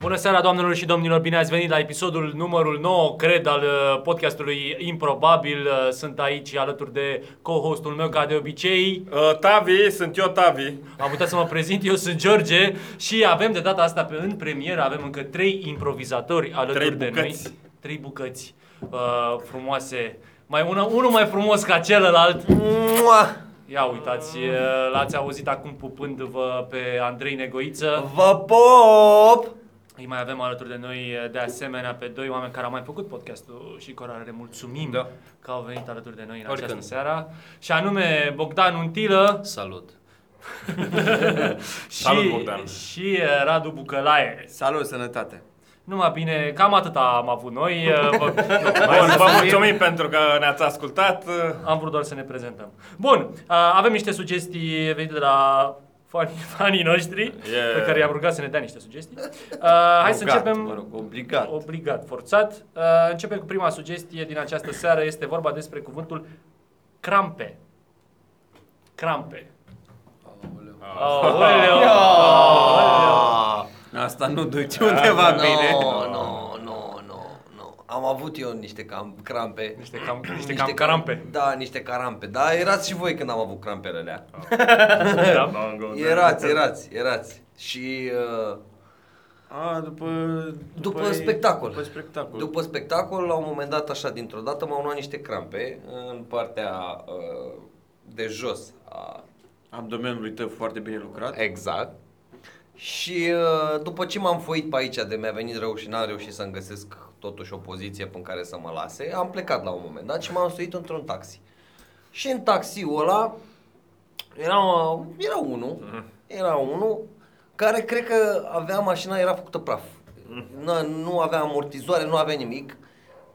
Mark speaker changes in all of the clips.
Speaker 1: Bună seara, doamnelor și domnilor, bine ați venit la episodul numărul 9, cred, al uh, podcastului Improbabil. Uh, Sunt aici alături de co-hostul meu, ca de obicei.
Speaker 2: Uh, Tavi, sunt eu Tavi.
Speaker 1: Am uitat să mă prezint, eu sunt George și avem de data asta, pe, în premieră, avem încă trei improvizatori alături
Speaker 2: Trei
Speaker 1: de noi.
Speaker 2: bucăți.
Speaker 1: Trei bucăți uh, frumoase. Mai una, unul mai frumos ca celălalt.
Speaker 3: Mua!
Speaker 1: Ia uitați, uh, l-ați auzit acum pupându-vă pe Andrei Negoiță.
Speaker 3: Vă pop!
Speaker 1: Îi mai avem alături de noi, eh, de asemenea, pe doi oameni care au mai făcut podcastul și cărora le mulțumim da.
Speaker 2: Da.
Speaker 1: că au venit alături de noi în
Speaker 4: Oricând.
Speaker 1: această seară. Și anume Bogdan Untilă
Speaker 4: Salut!
Speaker 1: și,
Speaker 2: Salut, Bogdan.
Speaker 1: și eh, Radu Bucălaie.
Speaker 3: Salut, sănătate!
Speaker 1: Numai bine, cam atâta am avut noi. eh, Vă,
Speaker 2: Bun, vă mulțumim pentru că ne-ați ascultat. Uh,
Speaker 1: am vrut doar să ne prezentăm. Bun, eh, avem niște sugestii venite de la fanii, fanii noștri,
Speaker 2: Yeah.
Speaker 1: pe care i-am rugat să ne dea niște sugestii. Eh, Hai să
Speaker 3: Rugat,
Speaker 1: începem.
Speaker 3: Mă rog, obligat.
Speaker 1: Obligat, forțat. Uh, începem cu prima sugestie din această seară. Este vorba despre cuvântul crampe. Crampe. Aoleu.
Speaker 4: Ah.
Speaker 3: Asta nu duce undeva bine.
Speaker 4: No, no, no, no, no. Am avut eu niște cam crampe.
Speaker 1: Niște cam, niște cam crampe.
Speaker 4: Da, niște crampe. Da, erați și voi când am avut crampele alea.
Speaker 3: Ah,
Speaker 1: Da.
Speaker 4: Erați, erați, erați. Și uh,
Speaker 2: A, Ah, după...
Speaker 4: după spectacol.
Speaker 2: După spectacol.
Speaker 4: După spectacol, la un moment dat, așa, dintr-o dată, m-au luat niște crampe în partea uh, de jos a
Speaker 2: Abdomenului tău foarte bine lucrat.
Speaker 4: Exact. Și uh, după ce m-am foit pe aici de mi-a venit rău și n-am reușit să-mi găsesc totuși o poziție pe care să mă lase, am plecat la un moment dat și m-am suit într-un taxi. Și în taxiul ăla era, era unul, era unul care cred că avea mașina, era făcută praf. Nu, nu avea amortizoare, nu avea nimic.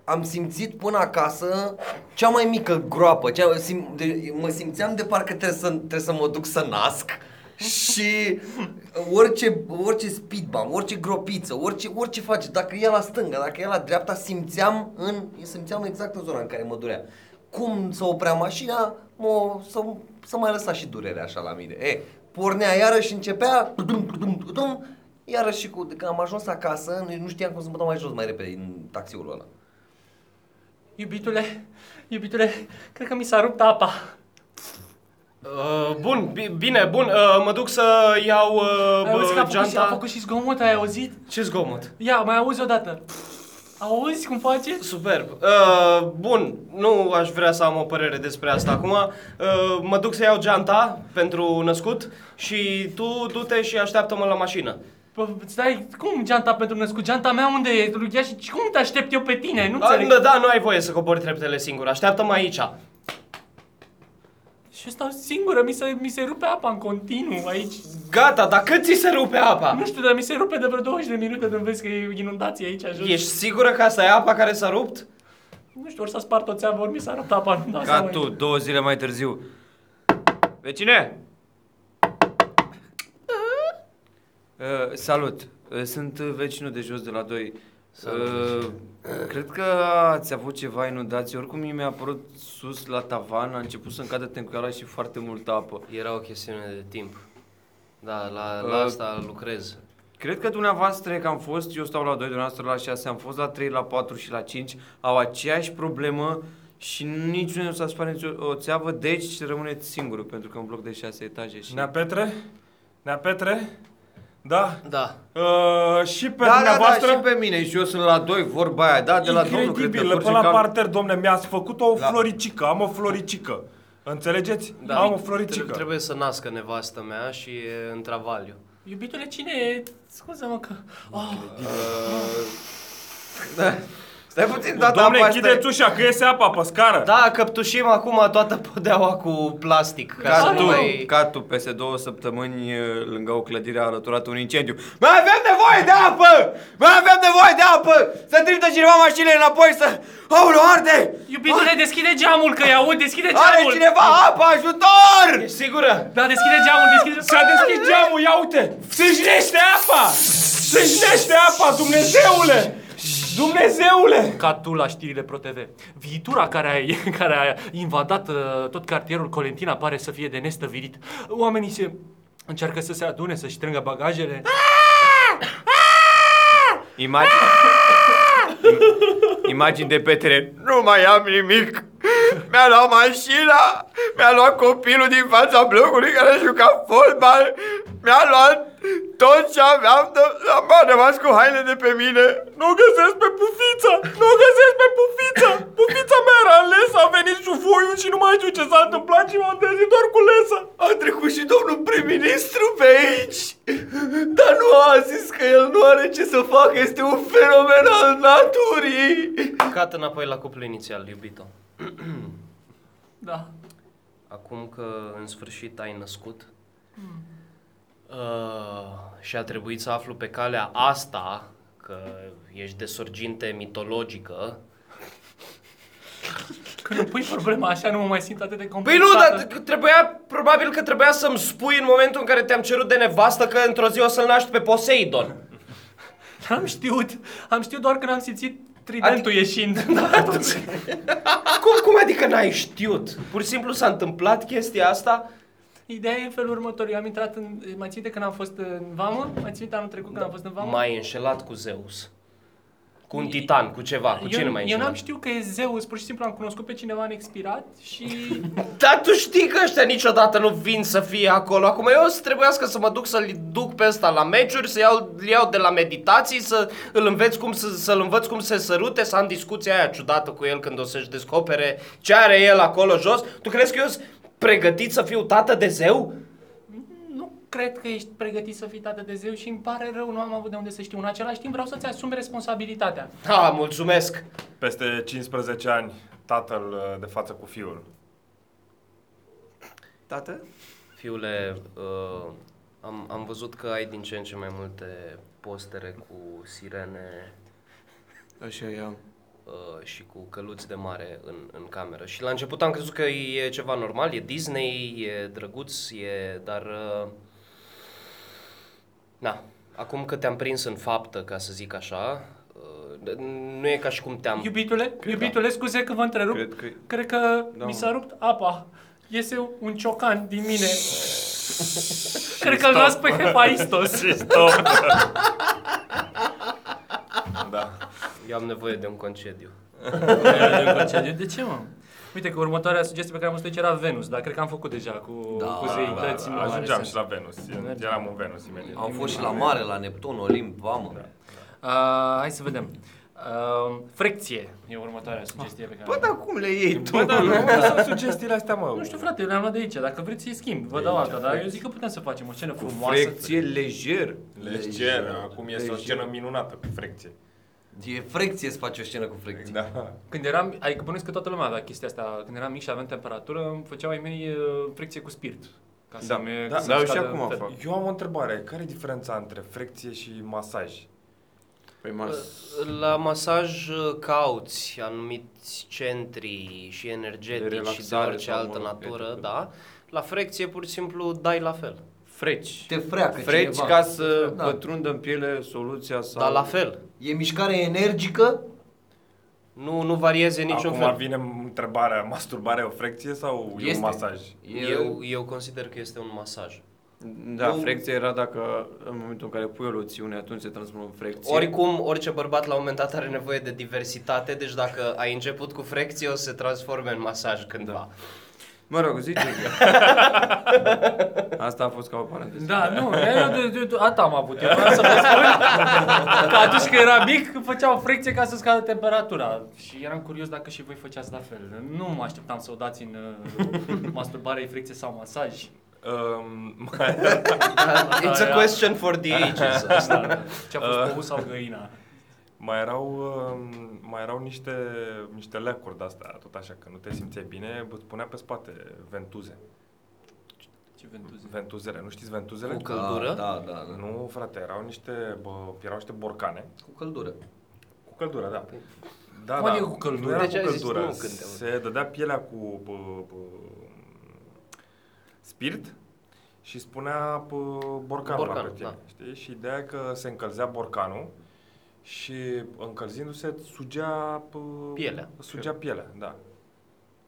Speaker 4: Am simțit până acasă cea mai mică groapă. Cea, sim, de, mă simțeam de parcă trebuie să, trebuie să mă duc să nasc. Și uh, orice, orice speed bump, orice gropiță, orice, orice face, dacă e la stânga, dacă e la dreapta, simțeam, în, simțeam exact în zona în care mă durea. Cum să oprea mașina, mă, să, să mai lăsa și durerea așa la mine. E, pornea iarăși începea, tudum, tudum, tudum, iarăși și cu, când am ajuns acasă, nu- nu știam cum să mă dau mai jos mai repede în taxiul ăla.
Speaker 1: Iubitule, iubitule, cred că mi s-a rupt apa.
Speaker 5: Uh, bun, bi- bine, bun, uh, mă duc să iau uh,
Speaker 1: Ai auzit că a
Speaker 5: bă,
Speaker 1: făcut, și, a
Speaker 5: geanta.
Speaker 1: făcut și zgomot, ai auzit?
Speaker 5: Ce zgomot?
Speaker 1: Ia, mai auzi o dată. Auzi cum face?
Speaker 5: Superb. Uh, bun, nu aș vrea să am o părere despre asta acum. Uh, mă duc să iau geanta pentru născut și tu du-te și așteaptă-mă la mașină.
Speaker 1: Bă, Stai, cum geanta pentru născut? Geanta mea unde e? Ia și cum te aștept eu pe tine? Nu
Speaker 5: A,
Speaker 1: înțeleg.
Speaker 5: da, da, nu ai voie să cobori treptele singur, așteaptă-mă aici.
Speaker 1: Și eu stau singură, mi se, mi se rupe apa în continuu aici.
Speaker 5: Gata, dar cât ți se rupe
Speaker 2: Da.
Speaker 5: apa?
Speaker 1: Nu știu, dar mi se rupe de vreo 20 de minute de vezi că e inundație aici jos.
Speaker 5: Ești sigură că asta e apa care s-a rupt?
Speaker 1: Nu știu, ori s-a spart o țeavă, ori mi s-a rupt apa. Nu dau
Speaker 3: Ca
Speaker 1: seama.
Speaker 3: tu, două zile mai târziu. Vecine! Uh, salut! Uh, Sunt uh, vecinul de jos de la 2. Uh, cred că ați avut ceva inundații. Oricum, mie mi-a apărut sus la tavan, a început să-mi cadă tencuiala și foarte multă apă.
Speaker 6: Era o chestiune de timp. Da, la,
Speaker 3: Uh,
Speaker 6: la asta lucrez.
Speaker 3: Cred că dumneavoastră că am fost, eu stau la 2, dumneavoastră la 6, am fost la 3, la 4 și la 5, au aceeași problemă și niciunul nu s-a spart nicio o țeavă, deci rămâneți singurul, pentru că e un bloc de 6 etaje și... Da,
Speaker 2: Nea Petre? Nea Petre? Da?
Speaker 6: Da.
Speaker 2: Uh, și pe
Speaker 3: da, da, da,
Speaker 2: dumneavoastră?
Speaker 3: și pe mine și eu sunt la 2, vorba aia, da, de la domnul, cred că
Speaker 2: Incredibil,
Speaker 3: curge
Speaker 2: pe la
Speaker 3: calul.
Speaker 2: parter, domne, mi-ați făcut o
Speaker 3: Da.
Speaker 2: floricică, am o floricică. Înțelegeți?
Speaker 6: da.
Speaker 2: Am o
Speaker 6: Tre-
Speaker 2: floricică.
Speaker 6: Trebuie să nască nevastă mea și e în travaliu.
Speaker 1: Iubitule, cine e? Scuză-mă că... Oh,
Speaker 3: Da. Stai puțin, da, da,
Speaker 2: Domne,
Speaker 3: apa asta e-
Speaker 2: închideți ușa, că iese apa pe scară.
Speaker 5: Da, căptușim acum toată podeaua cu plastic. Ca să
Speaker 3: Ca
Speaker 1: Ai,
Speaker 5: nu
Speaker 3: tu,
Speaker 5: mai...
Speaker 3: ca tu, peste două săptămâni, lângă o clădire a arăturat un incendiu. Mai avem nevoie de apă! Mai avem nevoie de apă! Să trimită cineva mașinile înapoi să... Aoleu, arde!
Speaker 1: iubitule, deschide geamul, că-i aud, deschide
Speaker 3: Are
Speaker 1: geamul!
Speaker 3: cineva apă, ajutor!
Speaker 5: Ești sigură?
Speaker 1: Da, deschide geamul, deschide...
Speaker 2: S-a deschis geamul, ia uite! Sâșnește apa! Sâșnește apa, Dumnezeule! Dumnezeule!
Speaker 1: ca tu la știrile ProTV. Viitura care a, care a invadat uh, tot cartierul Colentina pare să fie de nestăvilit. Oamenii se încearcă să se adune, să-și strângă bagajele.
Speaker 3: Imagini... Imagini de Petre. Nu mai am nimic. Mi-a luat mașina, mi-a luat copilul din fața blocului care juca fotbal, mi-a luat tot ce aveam, de... am rămas cu haine de pe mine.
Speaker 2: Nu o găsesc pe pufița! Nu o găsesc pe pufița! Pufița mea era în lesă, a venit șufoiul și nu mai știu ce s-a întâmplat și m-am trezit doar cu lesă.
Speaker 4: A trecut și domnul prim-ministru pe aici, dar nu a zis că el nu are ce să facă, este un fenomen al naturii.
Speaker 6: Cat înapoi la cuplul inițial, iubito.
Speaker 1: Da.
Speaker 6: Acum că în sfârșit ai născut uh, și a trebuit să aflu pe calea asta că ești de sorginte mitologică,
Speaker 1: Când pui problema așa, nu mă mai simt atât de
Speaker 5: Păi
Speaker 1: complicată.
Speaker 5: nu, dar t- trebuia, probabil că trebuia să-mi spui în momentul în care te-am cerut de nevastă că într-o zi o să-l naști pe Poseidon.
Speaker 1: Am știut, am știut doar când am simțit
Speaker 5: Adică-
Speaker 1: tridentul ieșind. Da.
Speaker 5: Cum, cum adică n-ai știut? Pur și simplu s-a întâmplat chestia asta?
Speaker 1: Ideea e în felul următor. Eu am intrat în... Mai ținte când am fost în vamă? Mai ținte anul trecut când am fost în vamă?
Speaker 6: m-ai înșelat cu Zeus. Cu un titan, cu ceva, cu cine
Speaker 1: eu,
Speaker 6: mai
Speaker 1: eu
Speaker 6: înșelat?
Speaker 1: n-am știut că e Zeus, pur și simplu am cunoscut pe cineva în expirat și
Speaker 5: Dar tu știi că ăștia niciodată nu vin să fie acolo. Acum eu o să trebuiască să mă duc să-l duc pe ăsta la meciuri, să iau, îl iau de la meditații, să îl înveț cum să, să-l învăț cum se sărute, să am discuția aia ciudată cu el când o să-și descopere ce are el acolo jos. Tu crezi că eu sunt pregătit să fiu tată de zeu?
Speaker 1: nu cred că ești pregătit să fii tată de zeu și îmi pare rău, nu am avut de unde să știu. În același timp vreau să-ți asumi responsabilitatea.
Speaker 5: Ha, mulțumesc!
Speaker 7: Peste 15 ani, tatăl uh, de față cu fiul.
Speaker 3: Tată?
Speaker 6: Fiule, uh, am, am văzut că ai din ce în ce mai multe postere cu sirene
Speaker 3: Așa i-am.
Speaker 6: uh, și cu căluți de mare în, în cameră. Și la început am crezut că e ceva normal, e Disney, e drăguț, e... dar... Uh, na, acum că te-am prins în faptă, ca să zic așa, uh, nu e ca și cum te-am...
Speaker 1: Iubitule, iubitule, scuze că vă întrerup.
Speaker 3: Cred că-
Speaker 1: Cred că
Speaker 3: Da,
Speaker 1: mi
Speaker 3: mă.
Speaker 1: s-a rupt apa. Iese un ciocan din mine. Cred că-l las pe Hephaistos.
Speaker 7: Stop! da.
Speaker 6: Eu am nevoie de un concediu.
Speaker 1: De ce, mă? Uite că următoarea sugestie pe care am văzut era Venus, dar cred că am făcut deja cu, da, cu zeități. nu are
Speaker 7: uh, Ajungeam
Speaker 1: sens.
Speaker 7: și la Venus. Eram în Venus imediat.
Speaker 4: Au fost și la mare, la Neptun, Olimp, Vamă.
Speaker 1: Uh, hai să vedem. Uh, frecție e următoarea sugestie pe care
Speaker 3: Bă, dar cum le iei tu?
Speaker 7: Bă, dar nu, nu sunt sugestiile astea, mă.
Speaker 1: Nu știu, frate, le-am luat de aici. Dacă vreți să-i schimb, vă dau alta, dar eu zic că putem să facem o scenă frumoasă.
Speaker 3: Deci, Frecție lejer.
Speaker 7: Legeră. Acum este o scenă minunată cu frecție.
Speaker 4: E frecție să faci o scenă cu frecție.
Speaker 7: Da.
Speaker 1: Când eram, adică bănuiesc că toată lumea avea chestia asta, când eram mic și aveam temperatură, îmi făceau ai mei uh, fricție cu spirit. Ca să
Speaker 7: Da,
Speaker 1: mi,
Speaker 3: da,
Speaker 1: să-mi
Speaker 3: da, eu și
Speaker 1: scadă
Speaker 3: acum
Speaker 1: felul.
Speaker 3: fac.
Speaker 7: Eu am o întrebare. Care e diferența între frecție și masaj?
Speaker 3: Păi mas...
Speaker 6: La masaj uh, cauți anumiți centri și energetici
Speaker 3: De
Speaker 6: și de
Speaker 3: relaxare
Speaker 6: orice
Speaker 3: sau, mă
Speaker 6: altă
Speaker 3: rog,
Speaker 6: natură,
Speaker 3: etc.
Speaker 6: da. La frecție pur și simplu dai la fel.
Speaker 3: Freci.
Speaker 4: Te freacă
Speaker 3: Freci
Speaker 4: cineva.
Speaker 3: ca să
Speaker 4: Da.
Speaker 3: pătrundă în piele soluția sau...
Speaker 6: Dar la fel.
Speaker 4: E mișcare energică?
Speaker 6: Nu, nu varieze niciun
Speaker 7: Acum
Speaker 6: fel.
Speaker 7: vine întrebarea, masturbarea e o frecție sau e un
Speaker 4: Este.
Speaker 7: masaj?
Speaker 6: Eu, eu consider că este un masaj.
Speaker 3: Da,
Speaker 6: Nu-
Speaker 3: frecția era dacă în momentul în care pui o loțiune, atunci se transformă în frecție.
Speaker 6: Oricum, orice bărbat la un moment dat are nevoie de diversitate, deci dacă ai început cu frecție o să se transforme în masaj cândva.
Speaker 3: Mă rog, zice Asta a fost ca o paranteză.
Speaker 1: Da, nu, eu, eu, eu, ata am avut, eu vreau să vă spun că atunci când eram mic, făceau frecție ca să scadă temperatura și eram curios dacă și voi făceați la fel. Nu mă așteptam să o dați în uh, masturbare, fricție sau masaj.
Speaker 7: Um,
Speaker 6: It's a question for the ages asta.
Speaker 1: Ce a fost uh. sau găina?
Speaker 7: Mai erau, um, mai erau niște, niște leacuri de-astea, tot așa, că nu te simțeai bine, îți punea pe spate ventuze.
Speaker 1: Ce ventuze.
Speaker 7: Ventuzele, nu știți ventuzele?
Speaker 6: Cu căldură?
Speaker 4: Da, da, da.
Speaker 7: Nu, frate, erau niște, bă, erau niște borcane.
Speaker 4: Cu căldură.
Speaker 7: Cu căldură, da. Da,
Speaker 1: Cum
Speaker 7: da.
Speaker 1: adică cu căldură?
Speaker 7: Nu era
Speaker 6: Deci ai
Speaker 7: cu
Speaker 6: zis,
Speaker 7: căldură.
Speaker 6: nu când te auzi.
Speaker 7: Se dădea pielea cu bă, bă, spirit și spunea bă, borcanul,
Speaker 6: Borcanul,
Speaker 7: la pe tine,
Speaker 6: da.
Speaker 7: știi? Și ideea e că se încălzea borcanul și încălzindu-se sugea bă,
Speaker 6: Pielea.
Speaker 7: Sugea pielea, da.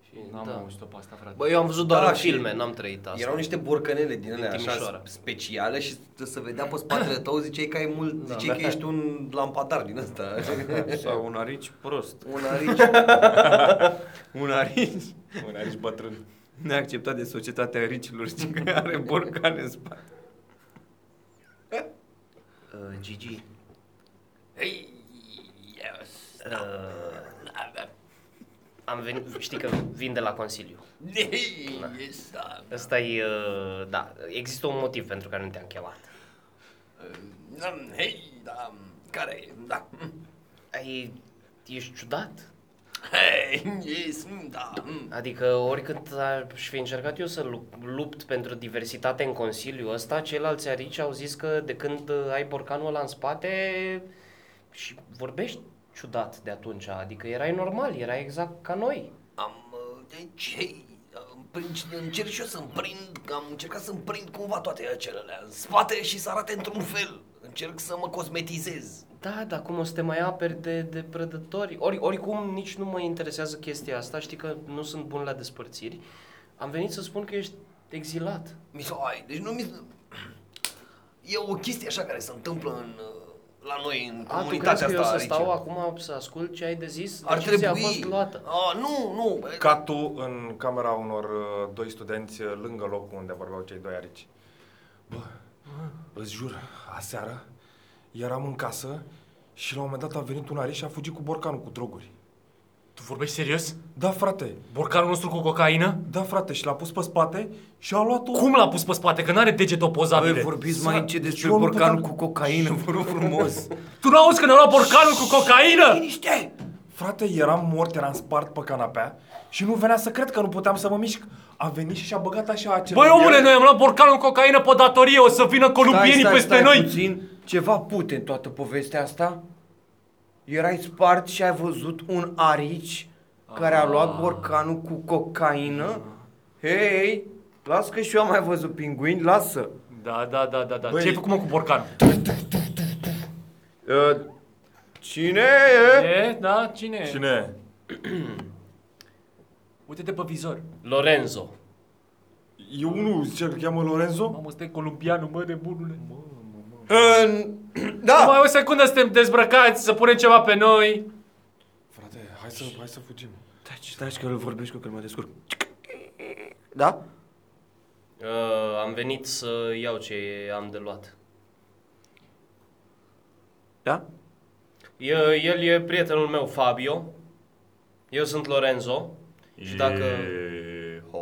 Speaker 6: Și Și,
Speaker 1: N-am
Speaker 6: da.
Speaker 1: auzit-o pe asta, frate.
Speaker 6: Bă, eu am văzut doar
Speaker 4: Da,
Speaker 6: în
Speaker 4: și
Speaker 6: filme, n-am trăit asta.
Speaker 4: Erau niște borcanele din ele așa
Speaker 6: Timișoara.
Speaker 4: speciale și se vedea pe spatele tău, ziceai că ai mult,
Speaker 6: Da,
Speaker 4: ziceai că ești un lampadar din ăsta.
Speaker 3: Sau un arici prost.
Speaker 4: un arici.
Speaker 3: Un arici
Speaker 7: Un aici bătrân.
Speaker 3: neacceptat de societatea aricilor, știi că are borcane în spate.
Speaker 6: Uh, Gigi. Uh, am venit, știi că vin de la Consiliu.
Speaker 1: da.
Speaker 6: Ăsta e, uh, da, există un motiv pentru care nu te-am chemat.
Speaker 4: Uh, Hei, da, care e? Da.
Speaker 6: Ai, ești ciudat?
Speaker 4: Hei, yes, da.
Speaker 6: Adică oricând aș fi încercat eu să lu- lupt pentru diversitate în Consiliu ăsta, ceilalți arici au zis că de când uh, ai borcanul ăla în spate și vorbești ciudat de atunci, adică erai normal, erai exact ca noi.
Speaker 4: Am, deci, hei, am prin- încerc și eu să-mi prind, că am încercat să-mi prind cumva toate acelele în spate și să arate într-un fel. Încerc să mă cosmetizez.
Speaker 6: Da, dar cum o să te mai aperi de, de prădători? Ori, oricum, nici nu mă interesează chestia asta, știi că nu sunt bun la despărțiri. Am venit să spun că ești exilat.
Speaker 4: Mi s ai, deci nu mi E o chestie așa care se întâmplă în, la noi, în
Speaker 6: A, tu
Speaker 4: comunitatea
Speaker 6: crezi că eu
Speaker 4: asta.
Speaker 6: să
Speaker 4: aici.
Speaker 6: stau acum să ascult ce ai de zis?
Speaker 4: Ar
Speaker 6: Decizia
Speaker 4: trebui.
Speaker 6: a fost luată.
Speaker 4: A, nu, nu.
Speaker 7: Ca tu în camera unor uh, doi studenți uh, lângă locul unde vorbeau cei doi arici. Bă, îți jur, aseară eram în casă și la un moment dat a venit un arici și a fugit cu borcanul cu droguri.
Speaker 1: Tu vorbești serios?
Speaker 7: Da, frate,
Speaker 1: Borcanul nostru cu cocaină?
Speaker 7: da, frate, și l-a pus pe spate și a luat-o...
Speaker 1: Cum l-a pus pe spate? Că n-are degetul
Speaker 3: Băi,
Speaker 1: pozabile.
Speaker 3: vorbiți mai încet despre
Speaker 7: eu nu
Speaker 3: borcanul
Speaker 7: puteam-
Speaker 3: cu cocaină, vă rog frumos.
Speaker 1: Tu n-auzi că ne-a luat borcanul cu cocaină?
Speaker 3: Liniște!
Speaker 7: Frate, eram mort, eram spart pe canapea și nu venea să cred că nu puteam să mă mișc. A venit și și-a băgat așa acel...
Speaker 1: Băi, omule, noi am luat borcanul cu cocaină pe datorie, o să vină columbienii peste noi.
Speaker 3: puțin. Ceva pute în toată povestea asta? Erai spart și ai văzut un arici care a luat borcanul cu cocaină? Hei, las că și eu am mai văzut pinguini, lasă.
Speaker 1: Da, da, da, da, da.
Speaker 7: Băi.
Speaker 1: Ce ai făcut mă cu borcanul?
Speaker 3: Uh, cine e?
Speaker 1: E, da, cine e?
Speaker 7: Cine?
Speaker 1: Uite-te pe vizor.
Speaker 6: Lorenzo.
Speaker 7: E unul, zice că cheamă Lorenzo?
Speaker 1: Mamă, stai columbianul, mă, nebunule.
Speaker 3: Uh, da!
Speaker 1: Mai o secundă suntem dezbrăcați, să punem ceva pe noi.
Speaker 7: Frate, hai să, hai să fugim.
Speaker 3: Taci, taci că îl vorbești cu că mă descurc. Da?
Speaker 6: Uh, am venit să iau ce am de luat.
Speaker 3: Da?
Speaker 6: E, el e prietenul meu, Fabio. Eu sunt Lorenzo. Și dacă...
Speaker 4: Ho.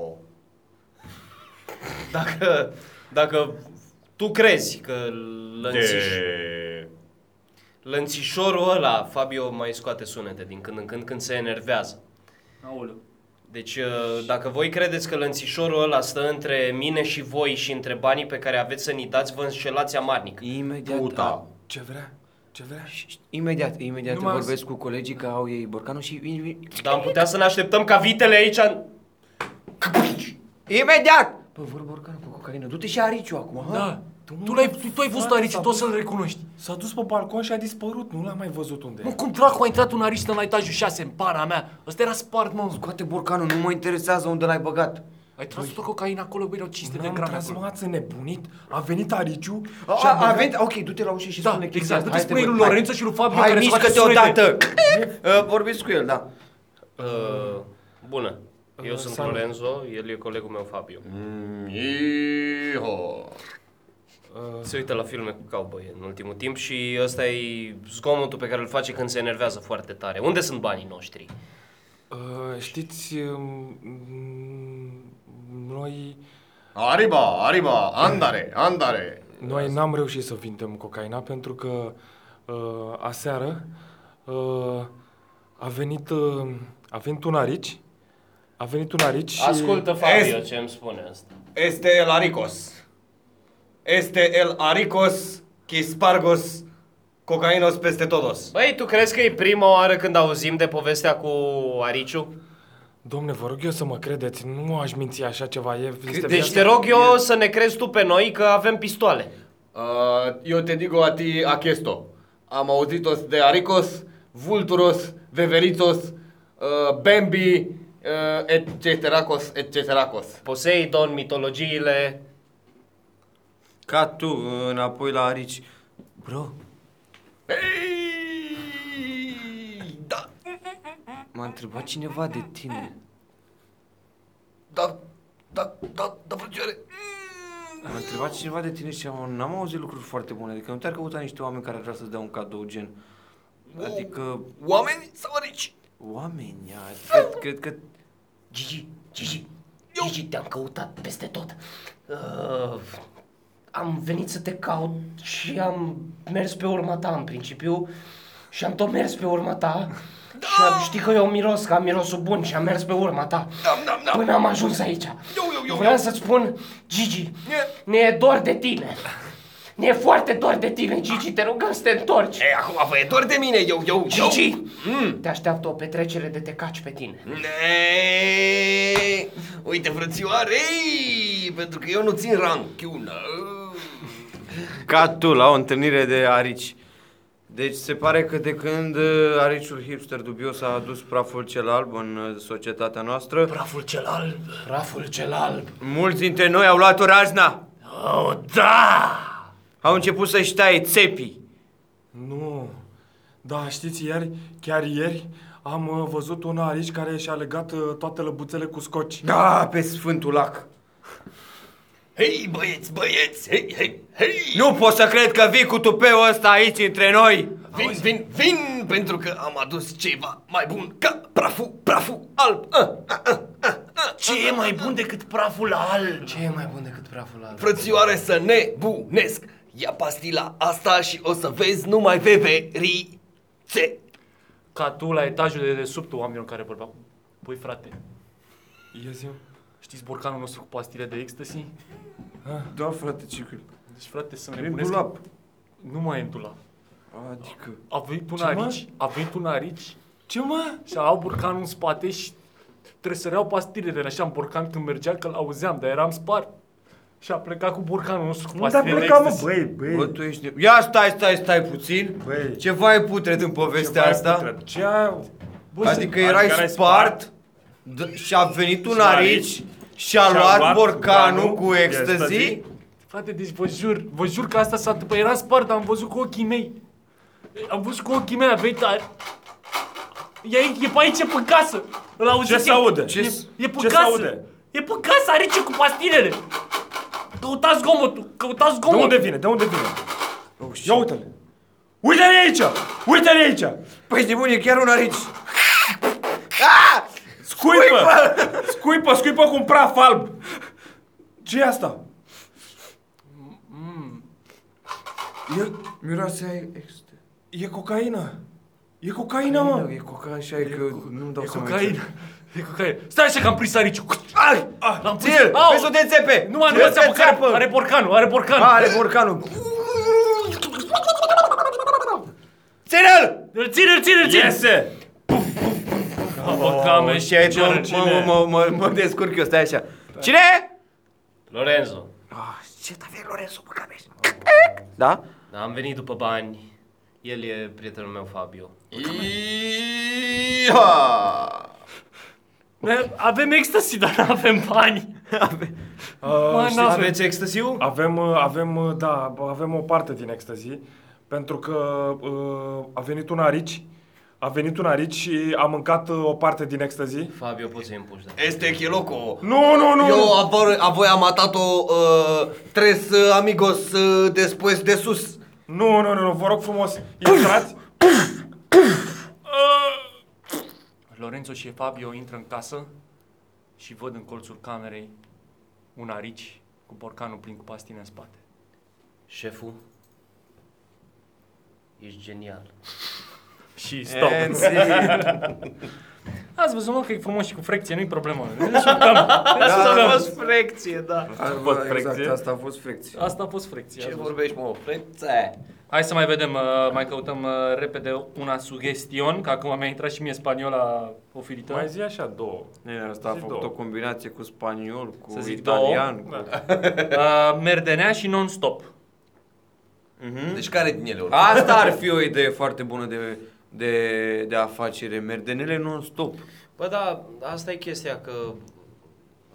Speaker 6: Dacă... Dacă tu crezi că lănțiș, lănțișorul ăla, Fabio mai scoate sunete din când în când când se enervează.
Speaker 1: Aoleu.
Speaker 6: Deci uh, dacă voi credeți că lănțișorul ăla stă între mine și voi și între banii pe care aveți să ni dați, vă înșelați amarnic.
Speaker 3: Imediat.
Speaker 4: Puta.
Speaker 7: Ce vrea? Ce vrea?
Speaker 3: Imediat, imediat
Speaker 1: Nu mai
Speaker 3: vorbesc cu colegii că au ei borcanul și...
Speaker 6: Dar am putea să ne așteptăm ca vitele aici... în-
Speaker 3: Imediat! Bă, vor borcanul cu cocaină, du-te și ariciu acum, ha?
Speaker 7: Ah,
Speaker 1: Da. Tu, l-ai, tu, tu ai văzut arici, tu o să-l recunoști.
Speaker 7: S-a dus pe balcon și a dispărut, nu l-am mai văzut unde
Speaker 1: Mă,
Speaker 7: e.
Speaker 1: cum dracu a intrat un arici la etajul 6 în pana mea? Ăsta era spart, mă.
Speaker 3: Scoate borcanul, nu mă interesează unde l-ai băgat.
Speaker 1: Ai tras o cocaină acolo, băi, erau 500 de
Speaker 7: Ne-am
Speaker 1: grame acolo.
Speaker 7: transmat, nebunit, a venit Ariciu
Speaker 3: A,
Speaker 7: și a,
Speaker 3: a,
Speaker 7: băgat-
Speaker 3: venit, ok, du-te la ușă și
Speaker 1: Da,
Speaker 3: spune chestia
Speaker 1: exact.
Speaker 3: asta.
Speaker 1: Du-te
Speaker 3: Hai,
Speaker 1: spune
Speaker 3: te
Speaker 1: lui
Speaker 3: băi,
Speaker 1: Lorenzo
Speaker 3: hai.
Speaker 1: și lui Fabio
Speaker 3: Hai,
Speaker 1: care
Speaker 3: mișcă-te
Speaker 1: scoate
Speaker 3: odată! Uh, Vorbiți cu el, da.
Speaker 6: Uh, bună. Eu sunt Lorenzo, el e colegul meu Fabio. Uh,
Speaker 4: Iho.
Speaker 6: Se uită la filme cu cowboy în ultimul timp și ăsta e zgomotul pe care îl face când se enervează foarte tare. Unde sunt banii noștri?
Speaker 7: Uh, știți, um, mm, noi,
Speaker 4: Ariba, ariba, andare, andare.
Speaker 7: noi n-am reușit să vindem cocaina pentru că uh, aseară uh, a venit, uh, a venit un arici, a venit un arici și...
Speaker 6: Ascultă Fabio
Speaker 4: Es-
Speaker 6: ce îmi spune asta.
Speaker 4: Este el aricos. Este el aricos, chispargos, cocainos peste todos.
Speaker 6: Băi, tu crezi că e prima oară când auzim de povestea cu Ariciu?
Speaker 7: Domne, vă rog eu să mă credeți, nu aș minți așa ceva, e... este
Speaker 6: Deci
Speaker 7: viața-
Speaker 6: te rog eu să ne crezi tu pe noi că avem pistoale.
Speaker 4: Uh, eu te digo a ti aquesto. Am auzit-o de aricos, vulturos, veveritos, uh, bambi, uh, etceteracos, etceteracos.
Speaker 6: Poseidon, mitologiile...
Speaker 3: Ca tu, înapoi la Arici. Bro,
Speaker 4: Ei, da,
Speaker 3: m-a întrebat cineva de tine.
Speaker 4: da, da, da, da, frățioare.
Speaker 3: M-a întrebat cineva de tine și am, n-am auzit lucruri foarte bune. Adică nu te-ar căuta niște oameni care ar vrea să-ți dea un cadou gen. Adică
Speaker 4: Oameni sau arici?
Speaker 3: oameni, ia, cred, cred că...
Speaker 6: Gigi, Gigi, Gigi, te-am căutat peste tot. Uh, am venit să te caut și am mers pe urma ta în principiu și am tot mers pe urma ta.
Speaker 4: Da.
Speaker 6: Și am, știi că eu miros, că am mirosul bun și am mers pe urma ta.
Speaker 4: Dam, dam, dam.
Speaker 6: Până am ajuns aici.
Speaker 4: Da, eu, eu,
Speaker 6: Vreau
Speaker 4: eu.
Speaker 6: să-ți spun, Gigi, ne e dor de tine. Ne e foarte dor de tine, Gigi, te rugăm să te întorci.
Speaker 4: E, acum vă e dor de mine, eu, eu, eu.
Speaker 6: Gigi, Mm. te așteaptă o petrecere de te caci pe tine.
Speaker 4: Ne, uite frățioare, ei, pentru că eu nu țin ranchiună. ă.
Speaker 3: Ca tu, la o întâlnire de Arici. Deci se pare că de când uh, ariciul hipster dubios a adus praful cel alb în uh, societatea noastră,
Speaker 5: Praful cel alb.
Speaker 6: Praful cel alb.
Speaker 3: mulți dintre noi au luat-o razna.
Speaker 5: Oh, da!
Speaker 3: Au început să-și taie țepii.
Speaker 7: Nu. Da, știți, ieri, chiar ieri, am uh, văzut una aici care și-a legat uh, toate lăbuțele cu scoci.
Speaker 3: Da, pe Sfântul Lac.
Speaker 4: Hei, băieți, băieți, hei, hei, hei.
Speaker 3: Nu pot să cred că vii cu tupeul ăsta aici între noi.
Speaker 4: Vin, vin, vin, pentru că am adus ceva mai bun ca praful, praful alb. Ah, ah, ah, ah, ah.
Speaker 5: Ce e mai bun decât praful alb?
Speaker 6: Ce e mai bun decât praful alb?
Speaker 4: Frățioare să nebunesc. Ia pastila asta și o să vezi numai veverițe.
Speaker 1: Ca tu la etajul de desubt oamenilor care vorbeau. Păi frate,
Speaker 7: Ia zi
Speaker 1: știți borcanul nostru cu pastile de ecstasy?
Speaker 3: Da, frate, Cicul.
Speaker 1: Deci frate, să
Speaker 3: Prin
Speaker 1: nebunesc.
Speaker 3: dulap.
Speaker 1: Nu mai e în dulap.
Speaker 3: Adică...
Speaker 1: A venit un
Speaker 7: Ce, mă?
Speaker 1: arici, a venit un arici
Speaker 7: Ce mă?
Speaker 1: și au borcanul în spate și tresăreau pastilele așa în borcan când mergea că-l auzeam, dar eram spart. Și a plecat cu borcanul nostru cu
Speaker 2: Unde a
Speaker 1: pastilele
Speaker 2: plecat, mă?
Speaker 1: ecstasy.
Speaker 2: Băi,
Speaker 3: Bă,
Speaker 2: băi,
Speaker 3: tu ești... ne- Ia stai, stai, stai puțin.
Speaker 2: băi.
Speaker 3: Ceva e putred în povestea asta.
Speaker 7: Ce ai...
Speaker 1: Bă,
Speaker 3: Adică erai
Speaker 7: adică erai
Speaker 3: spart d- și a venit un
Speaker 7: Și
Speaker 3: arici și a luat borcanul cu ecstasy.
Speaker 1: Frate, deci vă jur, vă jur că asta s-a întâmplat. Era spart, dar am văzut cu ochii mei. Am văzut cu ochii mei, a venit a... E, aici- e pe aici, e pe casă. Îl auziți?
Speaker 7: Ce se aude?
Speaker 1: E, e pe
Speaker 7: Ce se
Speaker 1: casă.
Speaker 7: aude?
Speaker 1: E pe casă, are ce cu pastilele. Căutați zgomotul, căutați
Speaker 7: De
Speaker 1: zgomotul.
Speaker 7: unde vine? De unde vine? Ia uite-le! Uite-le aici! Uite-le aici!
Speaker 3: Păi de bun, e chiar un arici.
Speaker 7: Scuipă! Scuipă, scuipă cu un praf alb! ce e asta?
Speaker 3: E, miroase a exte.
Speaker 7: E cocaină! E cocaină, mă!
Speaker 3: E cocaină și ai că nu-mi dau
Speaker 1: E
Speaker 3: seama.
Speaker 1: cocaină. E cocaină. Stai așa că am prins ariciu.
Speaker 3: Ai!
Speaker 1: L-am pus.
Speaker 3: Ție!
Speaker 1: Au!
Speaker 3: Vezi-o de țepe!
Speaker 1: Nu mai nu
Speaker 3: Ție
Speaker 1: mai
Speaker 3: de
Speaker 1: seama că
Speaker 3: țeapă!
Speaker 1: are, are borcanul, are borcanul.
Speaker 3: A, Are borcanul! Ține-l!
Speaker 1: Îl ține, îl ține, îl ține.
Speaker 7: Iese!
Speaker 1: Borcanul
Speaker 3: Și aici mă,
Speaker 1: cercine.
Speaker 3: mă, mă, mă, mă descurc eu, stai așa. Cine?
Speaker 6: Lorenzo,
Speaker 3: Ce taver Lorenzo, mă camești? Da?
Speaker 6: am venit după bani. El e prietenul meu, Fabio.
Speaker 1: Ne- Avem ecstasy, dar nu avem bani. Mă,
Speaker 7: Uh,
Speaker 1: n-avem.
Speaker 3: Deci
Speaker 6: Aveți extasiu?
Speaker 7: avem, uh, avem, uh, da, avem o parte din ecstasy, pentru că uh, a venit un arici, a venit un arici și a mâncat uh, o parte din ecstasy.
Speaker 6: Fabio, poți să-i împuși, da.
Speaker 4: Este chiloco.
Speaker 7: Nu, nu, nu!
Speaker 4: Eu
Speaker 7: nu.
Speaker 4: apor, a voi am matat-o uh, tres uh, amigos uh, después de sus.
Speaker 7: Nu, nu, nu, nu, vă rog frumos, intrați!
Speaker 1: Lorenzo și Fabio intră în casă și văd în colțul camerei un arici cu borcanul plin cu pastine în spate.
Speaker 6: Șeful, ești genial.
Speaker 1: Și stop.
Speaker 3: And see.
Speaker 1: Ați văzut, mă, că e frumos și cu frecție, nu-i problemă.
Speaker 5: Asta a fost frecție, da.
Speaker 3: Asta
Speaker 1: fost frecție.
Speaker 3: Exact, asta a fost frecție.
Speaker 1: Asta a fost frecție.
Speaker 4: Ce
Speaker 1: ați văzut.
Speaker 4: vorbești, mă, frățe?
Speaker 1: Hai să mai vedem, uh, mai căutăm uh, repede una sugestion, că acum mi-a intrat și mie spaniola oferită.
Speaker 7: Mai zi așa două.
Speaker 3: Bine, asta a
Speaker 7: Zici
Speaker 3: făcut
Speaker 7: două.
Speaker 3: o combinație cu spaniol, cu
Speaker 1: Să zic
Speaker 3: italian, cu...
Speaker 1: Uh, merdenea și non-stop.
Speaker 5: Mhm.
Speaker 4: Deci care din ele? A?
Speaker 3: Asta ar fi o idee foarte bună de, de, de afacere, merdenele non-stop.
Speaker 6: Bă, da, asta e chestia, că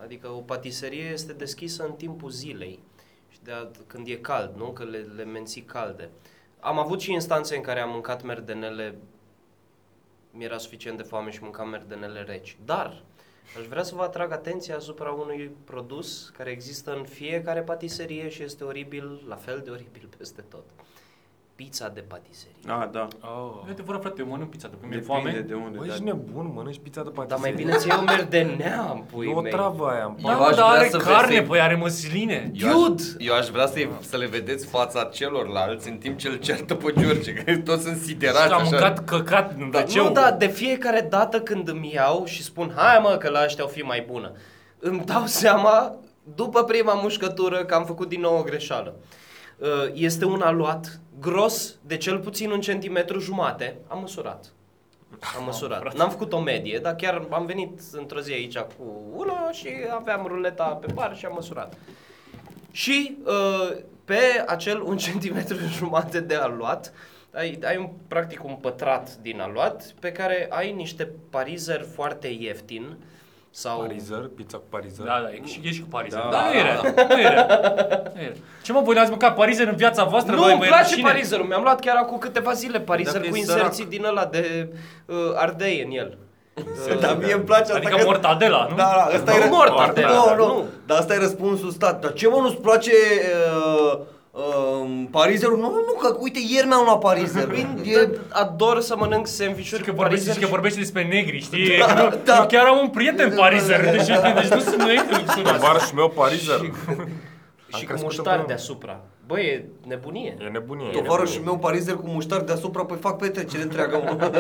Speaker 6: adică o patiserie este deschisă în timpul zilei și de a, când e cald, nu? Că le, le menții calde. Am avut și instanțe în care am mâncat merdenele, mi-era suficient de foame și mâncam merdenele reci. Dar aș vrea să vă atrag atenția asupra unui produs care există în fiecare patiserie și este oribil, la fel de oribil peste tot. Pizza de patiserie.
Speaker 3: Ah, da.
Speaker 1: Eu te voră, Oh. frate, eu mănânc pizza, după mi-e
Speaker 3: Depinde
Speaker 1: foame.
Speaker 3: de unde.
Speaker 7: Bă,
Speaker 3: da.
Speaker 7: ești nebun, mănânci pizza de patiserie.
Speaker 6: Dar Da, mai bine ți iei o merdenea în
Speaker 7: E
Speaker 6: puii
Speaker 7: o
Speaker 6: mei.
Speaker 7: travă aia în pat.
Speaker 1: Da,
Speaker 4: Eu
Speaker 1: mă,
Speaker 4: aș
Speaker 1: dar
Speaker 4: vrea
Speaker 1: are
Speaker 4: să
Speaker 1: carne,
Speaker 4: vezi-
Speaker 1: păi are măsline.
Speaker 4: Eu aș, eu aș vrea să, să le vedeți fața celorlalți în timp ce îl certă pe George, că toți sunt siderați
Speaker 1: Și am
Speaker 4: așa.
Speaker 1: mâncat căcat, nu, dar ce?
Speaker 6: Nu, da, de fiecare dată când îmi iau și spun, hai mă că la ăștia o fi mai bună, îmi dau seama, după prima mușcătură, că am făcut din nou o greșeală. Uh, Este un aluat gros de cel puțin un centimetru jumate. Am măsurat. Am măsurat. N-am făcut o medie, dar chiar am venit într-o zi aici cu una și aveam ruleta pe bar și am măsurat. Și uh, pe acel un centimetru jumate de aluat, ai, ai un, practic un pătrat din aluat pe care ai niște parizer foarte ieftin sau
Speaker 7: Parizer, pizza cu parizer.
Speaker 1: Da, da, e și, e și cu Parizer. Da, da, nu era, nu era. Nu era. Ce mă, voi n-ați mâncat Parizer în viața voastră?
Speaker 6: Nu,
Speaker 1: Băi,
Speaker 6: îmi
Speaker 1: bă, e
Speaker 6: place
Speaker 1: rușine.
Speaker 6: parizerul. Mi-am luat chiar acum câteva zile parizer
Speaker 3: Dacă
Speaker 6: cu
Speaker 3: e sărac.
Speaker 6: inserții din ăla de uh, ardei în el.
Speaker 4: Dar Da, mie îmi place asta
Speaker 1: Adică
Speaker 4: că...
Speaker 1: mortadela, nu?
Speaker 4: Da, da, ăsta
Speaker 6: Nu
Speaker 4: e
Speaker 6: mor,
Speaker 4: răspunsul.
Speaker 6: Tartela,
Speaker 4: Nu,
Speaker 6: nu.
Speaker 4: nu. Dar asta e răspunsul stat. Dar ce mă nu-ți place uh, uh, parizerul? Nu, nu, că uite, ieri mi-am luat parizerul. e,
Speaker 6: Eu ador să mănânc sandvișuri
Speaker 1: Știi că
Speaker 6: cu
Speaker 1: vorbește,
Speaker 6: parizer.
Speaker 1: și că
Speaker 6: și-
Speaker 1: vorbește despre negri, știi?
Speaker 4: Da,
Speaker 1: Da, da.
Speaker 4: da.
Speaker 1: Eu chiar am un prieten Parizer,
Speaker 4: da, da,
Speaker 1: deci, deci nu sunt noi când sună asta.
Speaker 7: Varșul meu parizer.
Speaker 6: Și cu
Speaker 7: crescut
Speaker 6: muștar
Speaker 7: împreună.
Speaker 6: deasupra. Bă, e nebunie.
Speaker 7: E nebunie. e
Speaker 4: Tovarășul meu parizer cu muștar deasupra, păi fac petrecere întreagă. mă.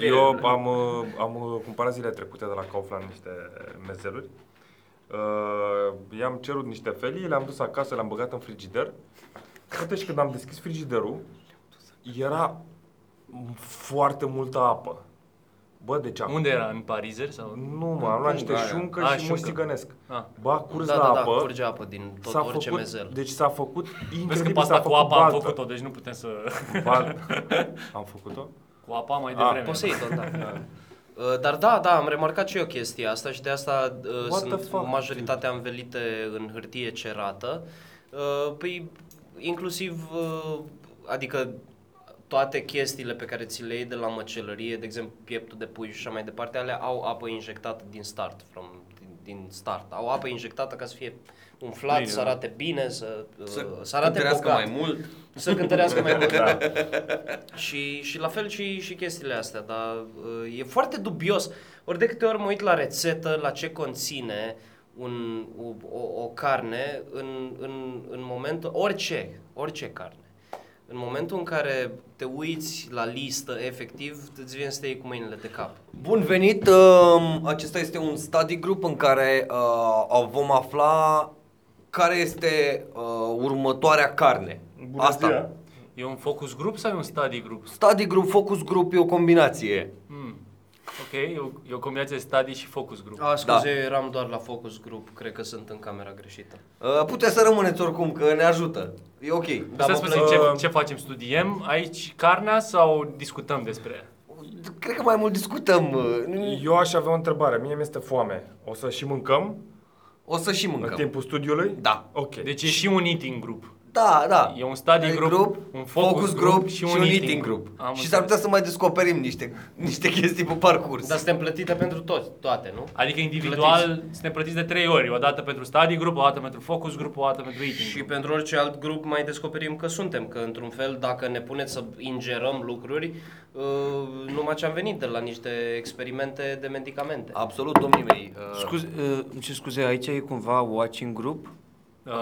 Speaker 7: Eu am, uh, am uh, cumpărat zilele trecute de la Kaufland niște mezeluri. Uh, i-am cerut niște felii, le-am dus acasă, le-am băgat în frigider. Toate și când am deschis frigiderul, era foarte multă apă. Bă, deci am...
Speaker 1: Unde era? În Parizer? Sau?
Speaker 7: Nu, mă, am luat niște
Speaker 3: Punga aia.
Speaker 7: șuncă
Speaker 1: A,
Speaker 7: și
Speaker 1: șuncă.
Speaker 7: muștigănesc.
Speaker 1: Ah.
Speaker 7: Bă, a curs
Speaker 6: Da,
Speaker 7: la
Speaker 6: da, da,
Speaker 7: apă.
Speaker 6: curge apă din tot
Speaker 7: S-a
Speaker 6: orice
Speaker 7: făcut,
Speaker 6: mezel.
Speaker 7: deci s-a făcut
Speaker 1: Vezi că pe
Speaker 7: incredibil, s-a
Speaker 1: asta
Speaker 7: făcut
Speaker 1: cu apa am
Speaker 7: baltă.
Speaker 1: făcut-o, deci nu putem să...
Speaker 7: Baltă. Am făcut-o?
Speaker 1: Cu apa mai devreme.
Speaker 6: Poseidon, da. Uh, Dar da, da, am remarcat și eu chestia asta și de asta uh,
Speaker 7: What
Speaker 6: sunt
Speaker 7: the fuck,
Speaker 6: majoritatea învelite în hârtie cerată. Uh, păi, inclusiv, uh, adică toate chestiile pe care ți le iei de la măcelărie, de exemplu pieptul de pui și așa mai departe, alea au apă injectată din start, from, din, din start. Au apă injectată ca să fie umflat,
Speaker 3: Bine,
Speaker 6: să
Speaker 3: da.
Speaker 6: arate bine, să, uh, să, să arate
Speaker 4: Cântărească
Speaker 6: bogat.
Speaker 4: mai mult.
Speaker 6: Să cântărească mai mult. da. și, și la fel și, și chestiile astea, dar uh, e foarte dubios. Ori de câte ori mă uit la rețetă, la ce conține un, o, o, o carne în, în, în momentul, orice, orice carne. În momentul în care te uiți la listă, efectiv, îți vine să te iei cu mâinile de cap.
Speaker 4: Bun venit! um, Acesta este un study group în care uh, vom afla care este uh, următoarea carne.
Speaker 7: Bună
Speaker 4: Asta.
Speaker 7: ziua.
Speaker 1: E un focus group sau e un study group?
Speaker 4: Study group, focus group e o combinație.
Speaker 1: Hmm. Ok, e o, e o combinație study și focus group.
Speaker 6: A, scuze, da. eu eram doar la focus group, cred că sunt în camera greșită.
Speaker 4: Uh, puteți să rămâneți oricum, că ne ajută. E ok.
Speaker 1: Dar
Speaker 6: mă
Speaker 1: să spune
Speaker 7: plăcut.
Speaker 1: ce, ce facem? Studiem aici carnea sau discutăm despre ea?
Speaker 4: Cred că mai mult discutăm. uh, nu-
Speaker 7: Eu aș avea o întrebare. Mie mi-este foame. O să și mâncăm
Speaker 4: O să și
Speaker 7: în
Speaker 4: mâncăm.
Speaker 7: timpul studiului?
Speaker 4: Da.
Speaker 7: Ok.
Speaker 1: Deci e și un eating group.
Speaker 4: Da, da.
Speaker 1: E un study
Speaker 4: E
Speaker 1: group, un focus group și un eating group. Am
Speaker 4: Și s-ar putea să mai descoperim niște, niște chestii pe parcurs.
Speaker 1: Da.
Speaker 6: Dar suntem plătite pentru toți, toate, nu?
Speaker 1: Adică individual suntem plătiți de trei ori. O dată pentru study group, o dată pentru focus group, o dată pentru eating
Speaker 6: Și
Speaker 1: group.
Speaker 6: pentru orice alt grup mai descoperim că suntem, că într-un fel dacă ne puneți să ingerăm lucruri, uh, numai ce am venit de la niște experimente de medicamente.
Speaker 4: Absolut, domnii mei. uh,
Speaker 3: Scuze, uh, îmi cer scuze, aici e cumva watching group?
Speaker 1: Uh,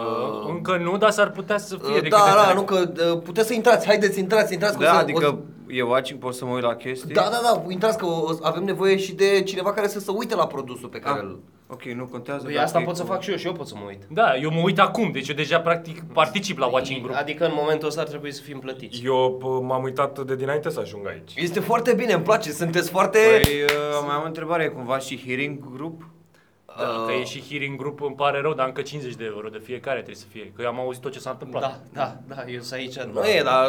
Speaker 1: încă nu, dar s-ar putea să fie.
Speaker 4: Uh,
Speaker 1: de câte
Speaker 4: Da, da,
Speaker 1: înțeleg.
Speaker 4: nu că uh, puteți să intrați, haideți, intrați, intrați. că o
Speaker 3: Da,
Speaker 4: să-
Speaker 3: adică
Speaker 4: o să-
Speaker 3: e watching, pot să mă uit la chestii?
Speaker 4: Da, da, da, intrați că o- o- avem nevoie și de cineva care să se uite la produsul pe
Speaker 3: Ah.
Speaker 4: care îl...
Speaker 3: Ok, nu contează.
Speaker 6: Păi
Speaker 3: dacă
Speaker 6: asta
Speaker 3: e
Speaker 6: pot să
Speaker 3: cu-
Speaker 6: fac și eu și eu pot să mă uit.
Speaker 1: Da, eu mă uit acum, deci eu deja practic particip la watching group.
Speaker 6: Adică în momentul ăsta ar trebui să fim plătiți.
Speaker 7: Eu pă, m-am uitat de dinainte să ajung aici.
Speaker 4: Este foarte bine, îmi place, sunteți foarte...
Speaker 3: Păi, uh, mai am o întrebare, e cumva și hearing group?
Speaker 1: Da, că e și hearing grup, îmi pare rău, dar încă 50 de euro de fiecare trebuie să fie. Că eu am auzit tot ce s-a întâmplat.
Speaker 6: Da, da, da, eu sunt aici.
Speaker 4: Nu e, dar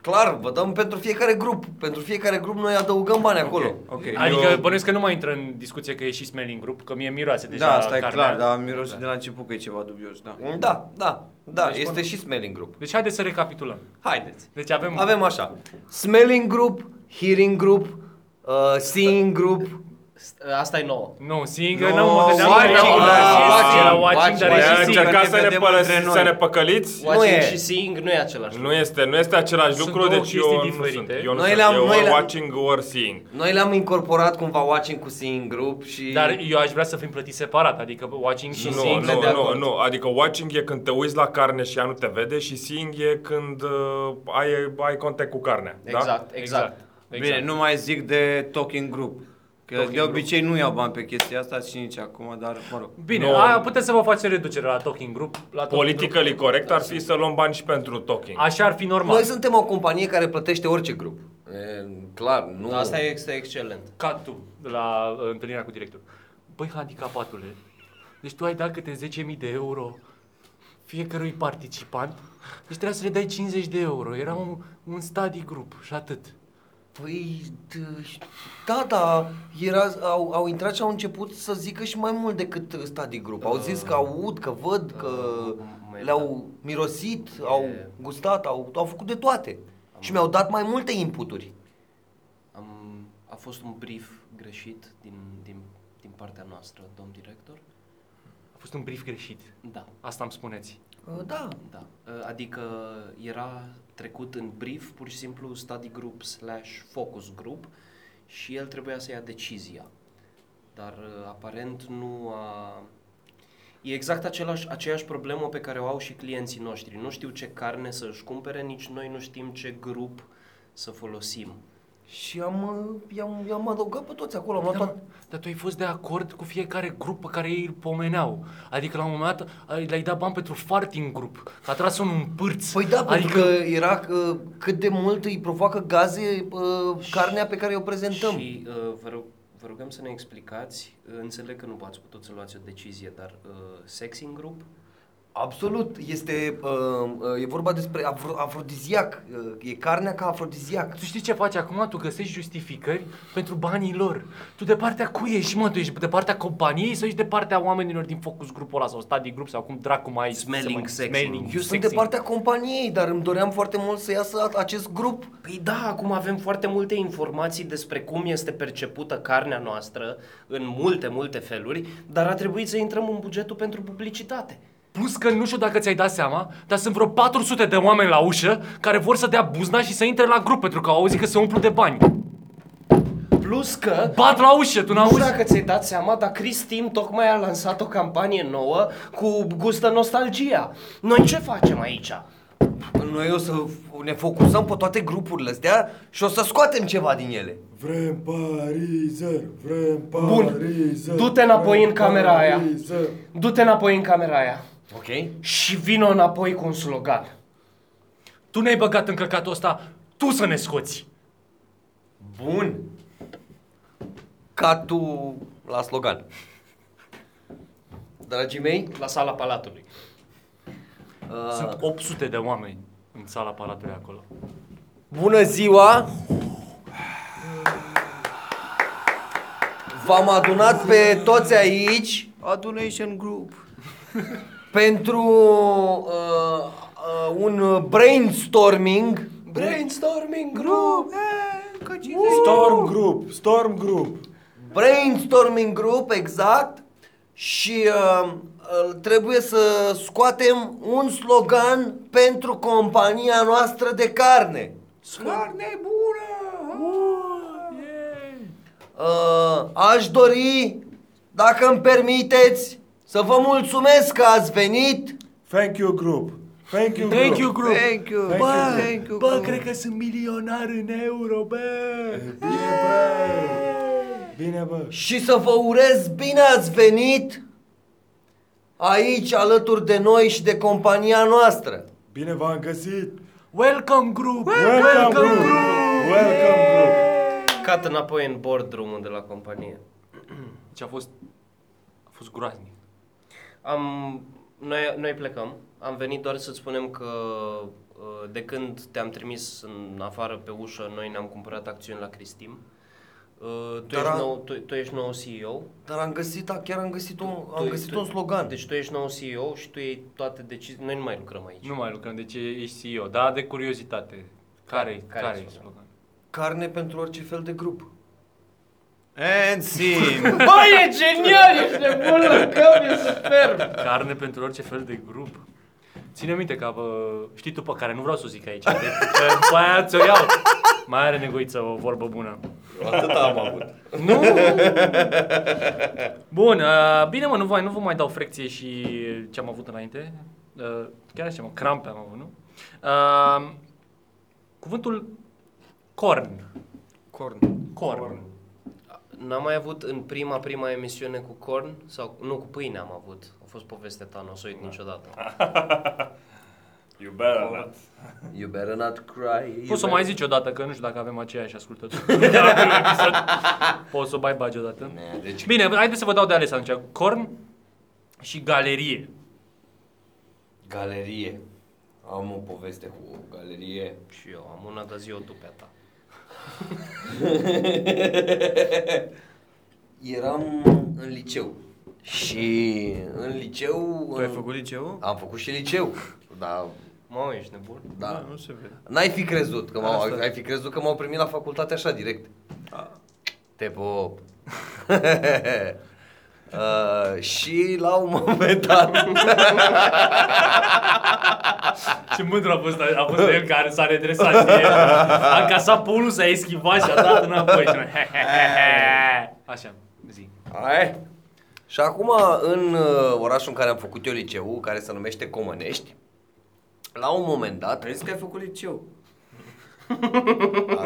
Speaker 4: clar, vă dăm pentru fiecare grup. Pentru fiecare grup noi adăugăm bani acolo.
Speaker 3: Ok.
Speaker 1: Adică
Speaker 3: eu-
Speaker 1: bănuiesc că nu mai intră în discuție că e și smelling grup, că mie miroase deja
Speaker 3: Da, asta e
Speaker 1: carnea.
Speaker 3: clar, dar mirosul de la început că e ceva dubios, da.
Speaker 4: Da, da, da, este și smelling group.
Speaker 1: Deci haideți să recapitulăm.
Speaker 4: Haideți.
Speaker 1: Deci avem...
Speaker 4: Avem așa. Smelling group, hearing group, uh, seeing group.
Speaker 6: Asta e nouă.
Speaker 1: Nu, singur, nu, mă gândeam la
Speaker 4: watching,
Speaker 1: watching,
Speaker 4: da, watching,
Speaker 1: la watching, dar e
Speaker 7: Aia
Speaker 1: și singur.
Speaker 7: încercați să
Speaker 3: ne
Speaker 7: ne,
Speaker 3: vedem între
Speaker 7: părăsiți,
Speaker 3: noi.
Speaker 7: să ne păcăliți?
Speaker 6: Watching
Speaker 4: e.
Speaker 6: și seeing nu e același lucru.
Speaker 7: Nu este, nu este același
Speaker 1: Sunt
Speaker 7: lucru,
Speaker 1: două
Speaker 7: deci eu
Speaker 1: chestii
Speaker 7: nu sunt.
Speaker 1: diferite.
Speaker 7: Eu nu
Speaker 4: Noi
Speaker 7: sunt,
Speaker 4: le-am-
Speaker 7: eu
Speaker 4: noi le-am-
Speaker 7: watching or seeing.
Speaker 4: Noi le-am incorporat cumva watching cu seeing group și...
Speaker 1: Dar eu aș vrea să fim plătiți separat, adică watching și
Speaker 7: Nu,
Speaker 1: singur.
Speaker 7: nu,
Speaker 4: de
Speaker 7: nu,
Speaker 4: acord.
Speaker 7: nu, adică watching e când te uiți la carne și ea nu te vede și seeing e când uh, ai, ai contact cu carnea, da?
Speaker 6: Exact, exact.
Speaker 1: Exact.
Speaker 3: Bine, nu mai zic de talking group. Că de obicei nu iau bani pe chestia asta și nici acum, dar mă rog.
Speaker 1: Bine,
Speaker 7: Nu.
Speaker 1: aia puteți să vă faceți reducere la talking group. La talking group.
Speaker 7: Politically corect ar fi să luăm bani și pentru talking.
Speaker 1: Așa ar fi normal.
Speaker 4: Noi suntem o companie care plătește orice grup. E, clar, nu...
Speaker 6: Asta e este excelent.
Speaker 1: Ca tu, la uh, întâlnirea cu directorul. Băi, handicapatule, deci tu ai dat câte 10.000 de euro fiecărui participant, deci trebuia să le dai 50 de euro. Era un, un study group și atât.
Speaker 4: Păi, d- da, da, era, au, au intrat și au început să zică și mai mult decât uh, study group. Au zis că aud, că văd, că
Speaker 6: mai da.
Speaker 4: le-au mirosit, au
Speaker 6: E-
Speaker 4: gustat, au, au făcut de toate. Și mi-au dat mai multe inputuri.
Speaker 6: Am, a fost un brief greșit din, din, din partea noastră, domn director?
Speaker 1: A fost un brief greșit.
Speaker 6: Da,
Speaker 1: Asta îmi spuneți.
Speaker 4: Uh, Da,
Speaker 6: da. Uh, Adică era trecut în brief pur și simplu study group slash focus group și el trebuia să ia decizia. Dar uh, aparent nu a... E exact același, aceeași problemă pe care o au și clienții noștri. Nu știu ce carne să își cumpere, nici noi nu știm ce grup să folosim.
Speaker 4: și am, uh, i-am, i-am adăugat pe toți acolo, am luat toate.
Speaker 1: Dar tu ai fost de acord cu fiecare grup pe care ei îl pomeneau. Adică la un moment dat ai- le-ai dat bani pentru farting grup. Că a tras unul în pârț.
Speaker 4: Păi da,
Speaker 1: adică
Speaker 4: pentru că era uh, cât de mult îi provoacă gaze uh, carnea pe care o prezentăm.
Speaker 6: Și uh, vă, rog, vă rugăm să ne explicați, uh, înțeleg că nu v-ați putut să luați o decizie, dar uh, sex in group?
Speaker 4: Absolut, este, uh, uh, e vorba despre afro, afrodiziac, uh, e carnea ca afrodiziac.
Speaker 1: Tu știi ce faci acum? Tu găsești justificări pentru banii lor. Tu de partea cui ești, mă? Tu ești de partea companiei sau ești de partea oamenilor din focus grupul ăla sau study group sau cum dracu mai...
Speaker 6: Smelling
Speaker 1: se mai-
Speaker 6: sex.
Speaker 1: Smelling
Speaker 4: Eu sunt de partea companiei, dar îmi doream foarte mult să iasă a- acest grup.
Speaker 6: Păi da, acum avem foarte multe informații despre cum este percepută carnea noastră în multe, multe feluri, dar a trebuit să intrăm în bugetul pentru publicitate.
Speaker 1: Plus că nu știu dacă ți-ai dat seama, dar sunt vreo 400 de oameni la ușă care vor să dea buzna și să intre la grup pentru că au auzit că se umplu de bani.
Speaker 6: Plus că...
Speaker 1: Bat la ușă, tu
Speaker 6: Nu știu
Speaker 1: n-auzi?
Speaker 6: dacă ți-ai dat seama, dar Chris Tim tocmai a lansat o campanie nouă cu gustă nostalgia. Noi ce facem aici?
Speaker 4: Noi o să f- ne focusăm pe toate grupurile astea și o să scoatem ceva din ele.
Speaker 7: Vrem parizer, vrem
Speaker 6: Bun. Du-te înapoi în camera Da, aia.
Speaker 7: Mm.
Speaker 6: Du-te înapoi în camera aia.
Speaker 4: Ok?
Speaker 6: Și vino înapoi cu un slogan.
Speaker 1: Tu ne-ai băgat în căcatul ăsta, tu să ne scoți.
Speaker 4: Bun. Ca tu la slogan. Dragii mei, uh,
Speaker 6: La sala palatului.
Speaker 1: Sunt 800 de oameni în sala palatului acolo.
Speaker 4: Bună ziua! V-am adunat pe toți aici
Speaker 3: Adunation group.
Speaker 4: pentru uh, uh, un brainstorming.
Speaker 6: Brainstorming group!
Speaker 7: Storm group, storm group.
Speaker 4: Brainstorming group, exact. Și uh, uh, trebuie să scoatem un slogan pentru compania noastră de carne.
Speaker 7: Carne bună!
Speaker 4: Uh, aș dori, dacă îmi permiteți, să vă mulțumesc că ați venit.
Speaker 7: Thank you group. Thank you
Speaker 1: Thank you, group!
Speaker 3: Thank you.
Speaker 7: Thank
Speaker 3: Bă,
Speaker 7: you.
Speaker 3: thank you.
Speaker 1: Bă, cred că sunt milionar în euro, bă!
Speaker 7: Bine, bă! Bine, bă!
Speaker 4: și să vă urez bine ați venit aici alături de noi și de compania noastră.
Speaker 7: Bine v-am găsit!
Speaker 1: Welcome group!
Speaker 7: Welcome group!
Speaker 6: Cat înapoi în boardroom de la companie.
Speaker 1: Deci a fost... A fost groaznic.
Speaker 6: Am, noi, noi plecăm. Am venit doar să-ți spunem că uh, de când te-am trimis în afară pe ușă, noi ne-am cumpărat acțiuni la Cristim. Uh, Tu
Speaker 4: Dar
Speaker 6: ești,
Speaker 4: a-
Speaker 6: nou, tu, tu ești nou CEO.
Speaker 4: Dar am găsit, chiar am găsit un, am
Speaker 6: tu,
Speaker 4: găsit
Speaker 6: tu,
Speaker 4: un slogan.
Speaker 6: Deci tu ești nou CEO și tu iei toate deciziile. Noi nu mai lucrăm aici.
Speaker 1: Nu mai lucrăm, deci ești CEO, dar de curiozitate. Care,
Speaker 6: Care-
Speaker 1: care,
Speaker 6: care
Speaker 1: care e
Speaker 6: slogan?
Speaker 1: slogan?
Speaker 4: Carne pentru orice fel de grup.
Speaker 3: And scene!
Speaker 6: Bă, e genial! Ești nebun la cap, e superb!
Speaker 1: Carne pentru orice fel de grup. Ține minte că bă, știi tu pe care nu vreau să o zic aici, de, că pe aia ți-o iau. Mai are negoiță o vorbă bună.
Speaker 4: Atât am avut.
Speaker 1: Nu! Bun, uh, bine mă, nu, voi, nu vă mai dau frecție și ce am avut înainte. Uh, chiar așa mă, crampe am avut, nu? Uh, cuvântul corn.
Speaker 3: Corn.
Speaker 1: Corn.
Speaker 6: N-am mai avut în prima, prima emisiune cu corn sau nu cu pâine am avut. A fost poveste ta, nu o să uit niciodată.
Speaker 7: You better not.
Speaker 4: You better not cry. you
Speaker 1: Poți să o
Speaker 4: better-
Speaker 1: mai zici odată, că nu știu dacă avem aceiași ascultători. De la primul episod. Poți să o mai bagi odată.
Speaker 4: Ne, deci
Speaker 1: Bine, haideți să vă dau de ales atunci. Corn și galerie.
Speaker 4: Galerie. Am o poveste cu o galerie.
Speaker 6: Și eu am una, dar zi o tu pe a ta.
Speaker 4: Eram în liceu. Și în liceu...
Speaker 3: Tu ai
Speaker 4: în-
Speaker 3: făcut liceul?
Speaker 4: Am făcut și liceu. Da,
Speaker 6: Mamă, ești nebun?
Speaker 4: da.
Speaker 3: Nu se vede.
Speaker 4: N-ai fi crezut că m-au,
Speaker 3: Asta e.
Speaker 4: ai fi crezut că m-au primit la facultate așa direct. Te pop. Uh, și la un moment dat
Speaker 1: Ce mândru a fost, a fost el care s-a redresat. A încasat pulul, s-a eschivat și a dat înapoi. Așa, zi.
Speaker 4: Ai? Și acum, în uh, orașul în care am făcut eu liceu, care se numește Comănești, la un moment dat... Ai zis că ai făcut liceu.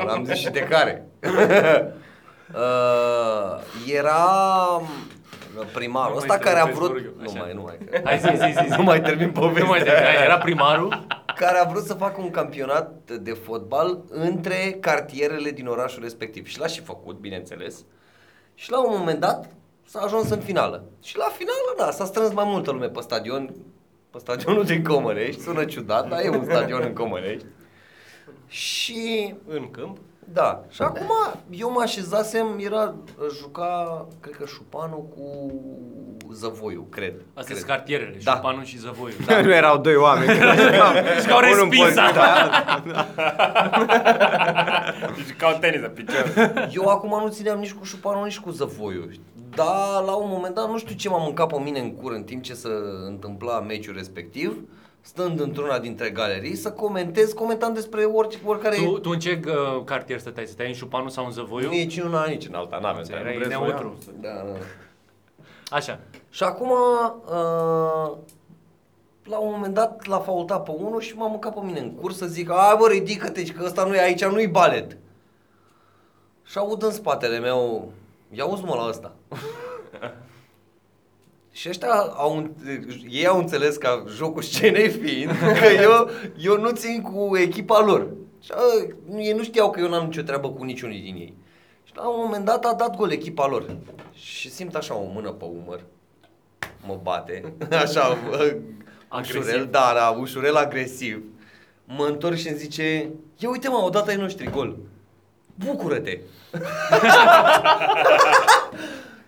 Speaker 4: Am zis și de care. uh, era uh, primarul
Speaker 1: Nu mai
Speaker 4: ăsta care a
Speaker 1: interpretez, vă rog eu,
Speaker 4: vrut... Nu
Speaker 1: așa.
Speaker 4: mai, nu mai.
Speaker 1: Hai zi, zi, zi, zi.
Speaker 4: Nu mai termin povestea.
Speaker 1: Nu mai zi, era primarul.
Speaker 4: Care a vrut să facă un campionat de fotbal între cartierele din orașul respectiv. Și l-a și făcut, bineînțeles. Și la un moment dat s-a ajuns în finală. Și la finală, da, s-a strâns mai multă lume pe stadion, pe stadionul din Comănești. Sună ciudat, dar e un stadion în Comănești. Și
Speaker 6: În câmp?
Speaker 4: da, și acum eu mă așezasem, era, juca, cred că Șupanul cu Zăvoiu, cred.
Speaker 1: Astea
Speaker 4: cred.
Speaker 1: sunt cartierele,
Speaker 4: Da.
Speaker 1: șupanul și zăvoiul.
Speaker 3: Nu erau doi oameni.
Speaker 1: Și că au
Speaker 3: Unul în
Speaker 1: respinsa.
Speaker 3: poziția aia.
Speaker 7: Deci ca un tenis de picior.
Speaker 4: Eu acum nu țineam nici cu șupanul, nici cu zăvoiul. Dar la un moment dat nu știu ce m-am mâncat pe mine în cur în timp ce se întâmpla meciul respectiv, stând într-una dintre galerii, să comentez, comentam despre orice, oricare...
Speaker 1: Tu, tu în ce uh, cartier stăteai? Stăteai în șupanul sau în zăvoiu?
Speaker 4: Nici în una, nici în alta, n-aveam. treabă.
Speaker 1: Erai neutru.
Speaker 4: Da, da. da.
Speaker 1: Așa.
Speaker 4: Și acum, uh, la un moment dat, l-a faultat pe unul și m-a mâncat pe mine în curs să zic, a, bă, ridică-te, că ăsta nu e aici, nu-i balet. Și aud în spatele meu, ia uzi mă la ăsta. și ăștia au, ei au înțeles ca jocul scenei fiind că eu, eu nu țin cu echipa lor. Și a, ei nu știau că eu n-am nicio treabă cu niciunul din ei. Și la un moment dat a dat gol echipa lor. Și simt așa o mână pe umăr. Mă bate. Așa, bă,
Speaker 1: Agresiv.
Speaker 4: ușurel, da, da, ușurel agresiv. Mă întorc și îmi zice, ia uite mă, odată ai noștri gol. Bucură-te!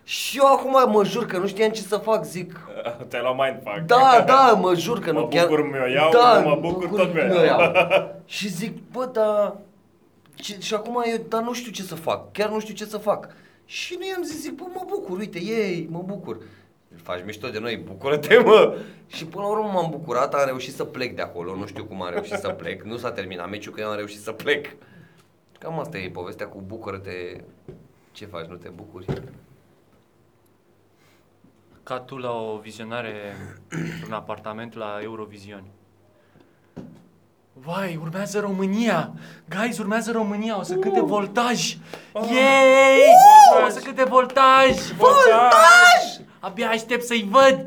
Speaker 4: și eu acum mă jur că nu știam ce să fac, zic,
Speaker 7: Te-ai luat mindfuck.
Speaker 4: da, da, mă jur că
Speaker 7: Mă
Speaker 4: nu chiar... Da,
Speaker 7: bucur, mi-o iau, nu mă bucur, tot mi-o
Speaker 4: mi-o
Speaker 7: iau.
Speaker 4: și zic, bă, da... Și, și acum eu, dar nu știu ce să fac, chiar nu știu ce să fac. Și nu i-am zis, zic, bă, mă bucur, uite, ei, mă bucur. Faci mișto de noi, bucură-te, mă! Și până la urmă m-am bucurat, am reușit să plec de acolo, nu știu cum am reușit să plec, nu s-a terminat meciul, că eu am reușit să plec. Cam asta e povestea cu bucură-te, ce faci, nu te bucuri?
Speaker 1: Ca tu la o vizionare într-un apartament la Eurovision. Vai, urmează România! Guys, urmează România! O să câte voltaj! Yay! O să câte voltaj! Voltaj! Abia aștept să-i văd!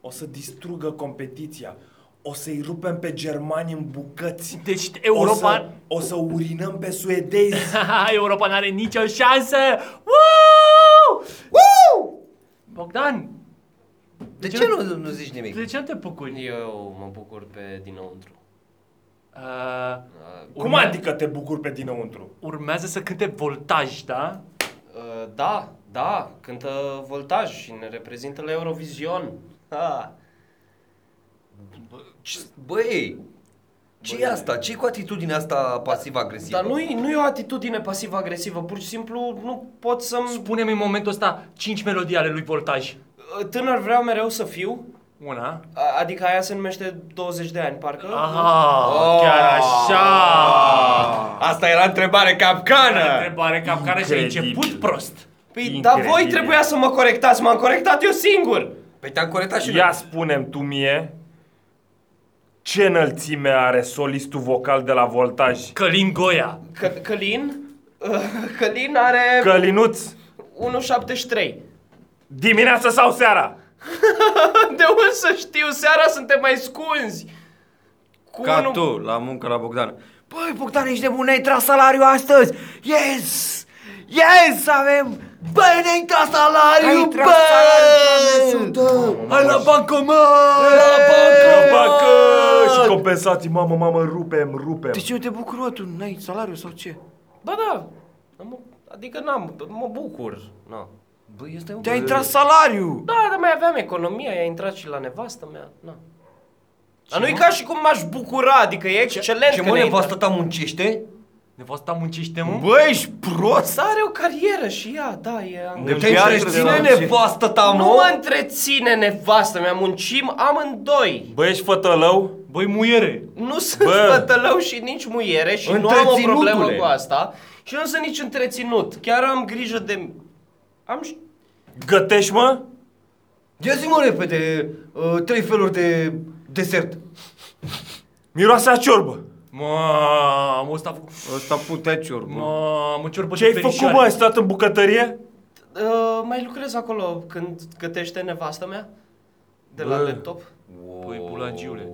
Speaker 2: O să distrugă competiția. O să-i rupem pe germani în bucăți.
Speaker 1: Deci
Speaker 2: O să,
Speaker 1: Europa...
Speaker 2: o să urinăm pe suedezi.
Speaker 1: Europa n-are nicio șansă! Woo! Bogdan,
Speaker 4: De ce nu, nu zici nimic?
Speaker 1: de ce nu te bucuri?
Speaker 6: Eu mă bucur pe dinăuntru.
Speaker 1: Uh,
Speaker 7: Cum adică te bucuri pe dinăuntru?
Speaker 1: urmează să cânte voltaj, da?
Speaker 6: Uh, Da, da, cântă voltaj și ne reprezintă la Eurovision. Ha.
Speaker 4: Ce- Băi, ce e asta? ce e cu atitudinea asta pasiv-agresivă?
Speaker 6: Dar nu-i, nu-i o atitudine pasiv-agresivă, pur și simplu nu pot să-mi...
Speaker 1: Spune-mi în momentul ăsta 5 melodii ale lui Voltaj.
Speaker 6: Uh, Tânăr vreau mereu să fiu,
Speaker 1: Una.
Speaker 6: a- adică aia se numește 20 de ani, parcă.
Speaker 7: Da.
Speaker 1: Aha,
Speaker 7: Oh.
Speaker 1: chiar așa.
Speaker 4: Asta era întrebare capcană!
Speaker 1: Întrebare capcană și a început prost.
Speaker 6: Păi, dar voi
Speaker 7: Incredibil.
Speaker 6: trebuia să mă corectați, m-am corectat eu singur!
Speaker 4: Păi te-am corectat și
Speaker 7: Ia spunem tu mie ce înălțime are solistul vocal de la voltaj?
Speaker 1: Călin Goia.
Speaker 6: Că, Călin? Uh, Călin are
Speaker 7: Călinuț,
Speaker 6: 1,73.
Speaker 7: dimineața sau seara?
Speaker 6: De unde să știu? Seara suntem mai scunzi! Cu
Speaker 3: Ca
Speaker 6: unul-
Speaker 3: tu, la muncă la Bogdan. Păi, Băi, Bogdan, ești nebun, ne-ai tras salariul astăzi! Yes! Yes, avem! Bă, ne-ai tras salariul, bă! Hai la bancomat! La
Speaker 7: Bacă! Și compensații, mamă, mamă, rupem, rupem.
Speaker 3: Deci eu te bucur, mă, tu n-ai salariu sau ce?
Speaker 6: Ba da, am, adică n-am, mă bucur. No.
Speaker 4: Băi, ăsta e un...
Speaker 3: Te-ai tras salariu!
Speaker 6: Da, dar mai aveam economia, i-a intrat și la nevastă mea. Na. Dar nu-i ca și cum m-aș bucura, adică e excelent
Speaker 4: Ce
Speaker 6: că
Speaker 4: mă,
Speaker 6: ne-a
Speaker 4: nevastă
Speaker 6: intrat.
Speaker 4: ta muncește?
Speaker 1: Nevasta muncește, mă?
Speaker 3: Bă, ești prost?
Speaker 6: Dar are o carieră și ea, da, e...
Speaker 3: De
Speaker 4: Te întreține nevastă ta,
Speaker 6: Nu mă
Speaker 4: mă?
Speaker 6: întreține nevastă mea, muncim amândoi.
Speaker 7: Bă, ești fătălău?
Speaker 1: Băi, muiere.
Speaker 6: Nu sunt
Speaker 7: Bă.
Speaker 6: fătălău și nici muiere și nu am o problemă
Speaker 4: Întreținutule.
Speaker 6: cu asta. Și nu sunt nici întreținut. Chiar am grijă de... Am... și-
Speaker 7: Gătești, mă?
Speaker 4: Ia zi mă repede, uh, trei feluri de desert.
Speaker 7: Miroase a ciorbă.
Speaker 1: Mamă, ăsta a făcut...
Speaker 3: Ăsta putea ciorbă.
Speaker 1: Mamă, ciorbă
Speaker 7: Ce ai făcut, mă? Ai stat în bucătărie?
Speaker 6: Uh, mai lucrez acolo când gătește nevastă mea. De la laptop.
Speaker 1: Păi, bulangiule.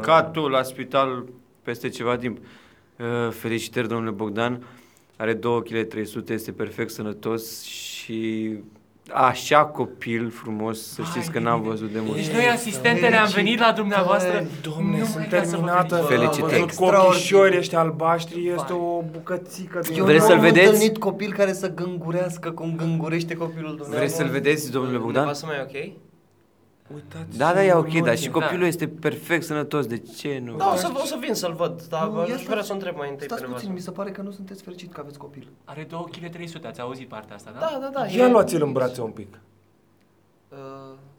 Speaker 3: Ca tu, la spital, peste ceva timp. Uh, Felicitări, domnule Bogdan. Are 2 kg 300, este perfect sănătos și așa copil frumos, să știți că n-am văzut de mult.
Speaker 1: Deci noi asistentele am venit la dumneavoastră
Speaker 7: Domne,
Speaker 1: nu
Speaker 7: sunt
Speaker 1: ca să vă
Speaker 7: terminată.
Speaker 1: felicităm.
Speaker 3: Felicitări.
Speaker 7: Am văzut cu ochișori ăștia albaștri, este o bucățică din...
Speaker 3: Vreți să-l
Speaker 4: Am
Speaker 3: vedeți?
Speaker 4: întâlnit copil care să gângurească cum gângurește copilul dumneavoastră.
Speaker 3: Vreți să-l vedeți, domnule Bogdan?
Speaker 6: Nevastă mea e ok?
Speaker 7: Uitați-vă
Speaker 3: Da, da, e
Speaker 7: în
Speaker 3: ok, dar
Speaker 7: ochi.
Speaker 3: și copilul este perfect sănătos, de ce nu?
Speaker 6: Da, o să, o să vin să-l văd, dar
Speaker 4: Nu,
Speaker 6: nu,
Speaker 4: ia
Speaker 6: aș
Speaker 4: stați-
Speaker 6: vrea să o întreb mai întâi
Speaker 4: Stați
Speaker 6: pe
Speaker 4: puțin, mi
Speaker 6: nevastă.
Speaker 4: se pare că nu sunteți fericit că aveți copil.
Speaker 1: Are 2 kg 300, ați auzit partea asta, da?
Speaker 6: Da, da, da.
Speaker 7: Ia
Speaker 6: e-
Speaker 7: luați-l în brațe un pic.
Speaker 6: Uh,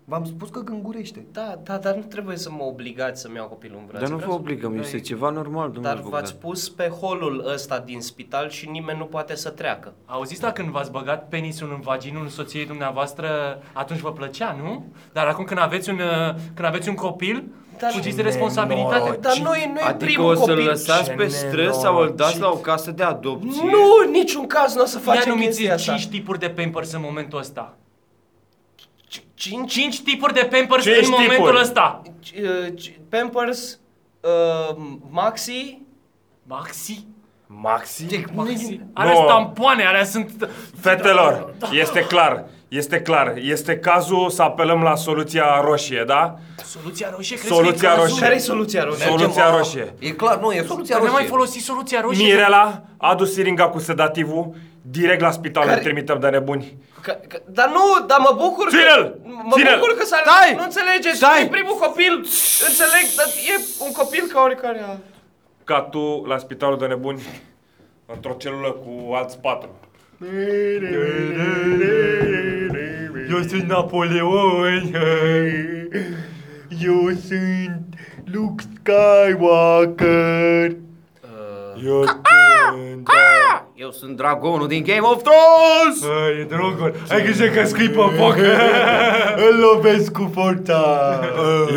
Speaker 4: V-am spus că gângurește.
Speaker 6: Da, da, dar nu trebuie să mă obligați să-mi iau copilul în brațe.
Speaker 3: Dar nu vă
Speaker 6: Vreau să-
Speaker 3: obligăm, este ceva normal, domnule
Speaker 6: Dar v-ați
Speaker 3: Bogdan.
Speaker 6: pus pe holul ăsta din spital și nimeni nu poate să treacă.
Speaker 1: Auziți dacă când v-ați băgat penisul în vaginul soției dumneavoastră, atunci vă plăcea, nu? Dar acum când aveți un, uh, când aveți un copil,
Speaker 6: Dar-
Speaker 1: fugiți de responsabilitate.
Speaker 6: Dar nu e, nu e
Speaker 3: Adică
Speaker 6: primul
Speaker 3: o să-l
Speaker 6: copil.
Speaker 3: lăsați pe
Speaker 7: Ce
Speaker 3: străzi sau îl dați
Speaker 7: nenorocit.
Speaker 3: la o casă de adopție?
Speaker 6: Nu, în niciun caz nu o să
Speaker 1: Ia
Speaker 6: facem
Speaker 1: numiți
Speaker 6: chestia asta.
Speaker 1: 5 tipuri de Pampers în momentul ăsta.
Speaker 6: Cinci?
Speaker 1: 5 tipuri de Pampers
Speaker 7: Cinci
Speaker 1: în momentul
Speaker 7: tipuri.
Speaker 1: ăsta.
Speaker 6: C- uh, c- Pampers, uh, Maxi,
Speaker 1: Maxi?
Speaker 7: Maxi?
Speaker 3: Păi
Speaker 1: Maxi.
Speaker 7: Nu.
Speaker 1: Alea sunt tampoane, alea sunt... Da,
Speaker 7: Fetelor, este clar, este clar, este cazul să apelăm la soluția roșie, da?
Speaker 1: Soluția roșie, crezi
Speaker 7: Soluția
Speaker 1: că e cazul?
Speaker 7: roșie.
Speaker 6: care e soluția Romeo?
Speaker 7: Soluția roșie.
Speaker 4: E clar, nu, e soluția
Speaker 1: Dar
Speaker 3: Păi
Speaker 4: roșie.
Speaker 1: n-am mai folosit soluția roșie.
Speaker 7: Mirela a dus siringa cu sedativul, direct la spital
Speaker 6: Care-
Speaker 7: îl trimitem de nebuni.
Speaker 6: Că- că- Dar nu, dar mă bucur că...
Speaker 7: Ține-l!
Speaker 6: Mă
Speaker 7: Ține-l!
Speaker 6: bucur că s-a...
Speaker 3: Stai!
Speaker 6: Nu înțelegeți,
Speaker 3: Stai!
Speaker 6: e primul copil! Înțeleg, dar e un copil ca oricare alt.
Speaker 7: Ca tu la spitalul de nebuni, într-o celulă cu alți patru.
Speaker 2: Eu sunt Napoleon. Eu sunt Luke Skywalker. Uh.
Speaker 7: Eu
Speaker 3: Eu sunt dragonul din Game of Thrones!
Speaker 2: Ai, drogul, ai grijă că scrii pe foc. Îl lovesc cu forța.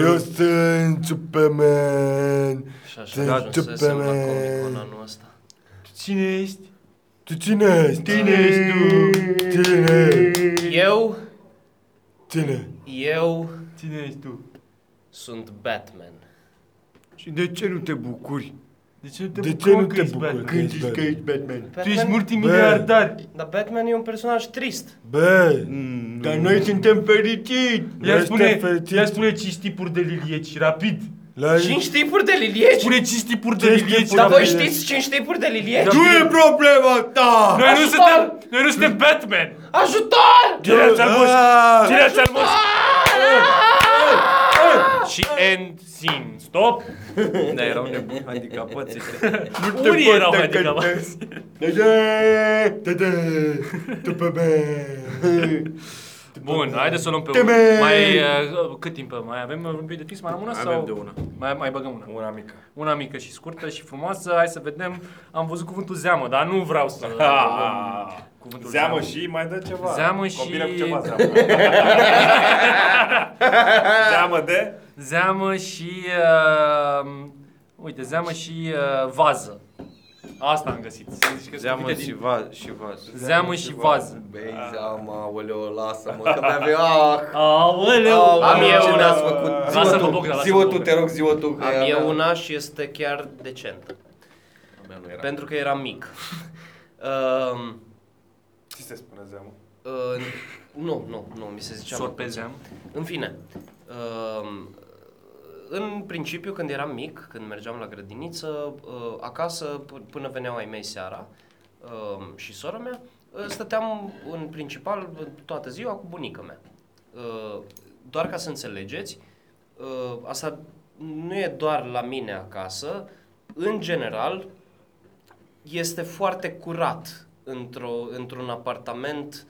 Speaker 2: Eu sunt Superman.
Speaker 6: Și
Speaker 2: Te
Speaker 6: așa ajunsesem la
Speaker 2: ciupeme.
Speaker 6: Comic-Con anul ăsta.
Speaker 1: Cine ești?
Speaker 2: Tu cine ești? Cine ești tu? Cine?
Speaker 6: Eu,
Speaker 2: Cine?
Speaker 6: eu
Speaker 1: Cine ești tu?
Speaker 6: sunt Batman.
Speaker 3: Și de ce nu te bucuri?
Speaker 1: De ce nu te
Speaker 7: De
Speaker 1: bucurăm
Speaker 7: ce nu
Speaker 1: că
Speaker 7: te
Speaker 1: ești
Speaker 7: bucuri
Speaker 1: Batman?
Speaker 7: că ești Batman?
Speaker 1: Tu ești
Speaker 6: Batman-
Speaker 1: multimiliardar.
Speaker 6: Dar Batman e un personaj trist.
Speaker 7: Bă,
Speaker 3: Mm,
Speaker 4: Dar noi suntem fericiți!
Speaker 1: Ia
Speaker 7: Ăștia
Speaker 1: spune,
Speaker 7: fericiți.
Speaker 1: ia spune 5 tipuri de lilieci, rapid.
Speaker 7: la
Speaker 6: Cinci tipuri de lilieci?
Speaker 1: Spune 5 tipuri de
Speaker 7: Cinci
Speaker 1: lilieci,
Speaker 7: tipuri
Speaker 6: Dar
Speaker 7: de
Speaker 6: voi
Speaker 1: rapid.
Speaker 6: știți cinci tipuri de lilieci?
Speaker 1: Nu e
Speaker 7: problema ta!
Speaker 1: Noi nu
Speaker 6: Ajutor!
Speaker 1: suntem, noi nu suntem Batman.
Speaker 6: Ajutor!
Speaker 1: Cine ți-a
Speaker 2: Ah!
Speaker 1: mușcat? Cine ți-a Și end scene. Stop.
Speaker 3: Da, erau nebuni handicapați ăștia.
Speaker 1: Unii erau mai degrabă. Bun, haideți să o luăm pe una. Mai, uh, cât timp mai avem? Un pic de timp mai am una sau?
Speaker 3: Avem de una.
Speaker 1: Mai, mai băgăm una.
Speaker 7: Una mică.
Speaker 1: Una mică și scurtă și frumoasă. Hai să vedem. Am văzut cuvântul zeamă, dar nu vreau să... ah, Cuvântul
Speaker 7: Ah, Zeamă și mai dă ceva.
Speaker 1: Zeamă și-
Speaker 7: Combină cu ceva zeamă. zeamă de...
Speaker 1: Zeamă și... Uh, uite, zeamă și uh, vază. Asta am găsit. Să zici că
Speaker 3: Zeamă
Speaker 1: uite,
Speaker 3: și
Speaker 1: din-
Speaker 3: va, și va.
Speaker 1: zeamă și vază.
Speaker 4: Bei zeama, aoleo, lasă-mă, că mi-a ah,
Speaker 1: Aoleu!
Speaker 4: Am
Speaker 5: eu
Speaker 4: ce
Speaker 5: una.
Speaker 4: ne-ați făcut?
Speaker 1: Lasă-mă,
Speaker 4: Zi-mă tu,
Speaker 1: Bogdan, lasă-mă,
Speaker 4: zi-mă tu,
Speaker 1: Bogdan.
Speaker 4: te rog, zi-mă tu. că
Speaker 6: Am
Speaker 4: e a
Speaker 6: eu
Speaker 4: mea.
Speaker 6: una și este chiar decent. Pentru că eram mic. Ehm,
Speaker 7: Ce se spune zeamă?
Speaker 6: Uh, nu, nu, nu, mi se zicea.
Speaker 1: Sor pe zeamă.
Speaker 6: În fine, uh, în principiu când eram mic, când mergeam la grădiniță, uh, acasă p- până veneau ai mei seara uh, și sora mea, uh, stăteam în principal uh, toată ziua cu bunica mea. Uh, doar ca să înțelegeți, uh, asta nu e doar la mine acasă, în general, este foarte curat într-o, într-un apartament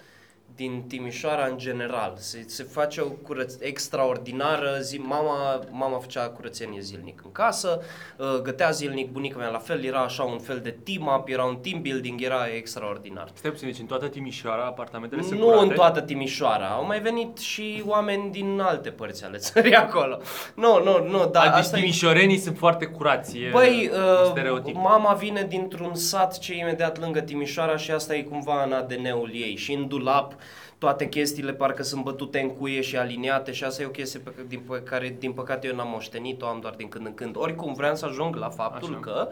Speaker 6: din Timișoara în general. Se, se face o curăț extraordinară zi. Mama, mama făcea curățenie zilnic în casă, uh, gătea zilnic, bunica mea la fel, era așa un fel de team-up, era un team building, era extraordinar.
Speaker 1: Stai puțin, deci în toată Timișoara apartamentele se
Speaker 6: Nu
Speaker 1: curate.
Speaker 6: în toată Timișoara, au mai venit și oameni din alte părți ale țării acolo. Nu, nu, nu,
Speaker 1: Da,
Speaker 6: dar
Speaker 1: deci
Speaker 6: asta e-
Speaker 1: timișorenii sunt foarte curați, e
Speaker 6: Băi,
Speaker 1: un
Speaker 6: uh,
Speaker 1: stereotip.
Speaker 6: mama vine dintr-un sat ce e imediat lângă Timișoara și asta e cumva în ADN-ul ei și în dulap toate chestiile parcă sunt bătute în cuie și aliniate și asta e o chestie pe, din, pe care din păcate eu n-am moștenit-o, am doar din când în când. Oricum vreau să ajung la faptul
Speaker 1: Așa.
Speaker 6: că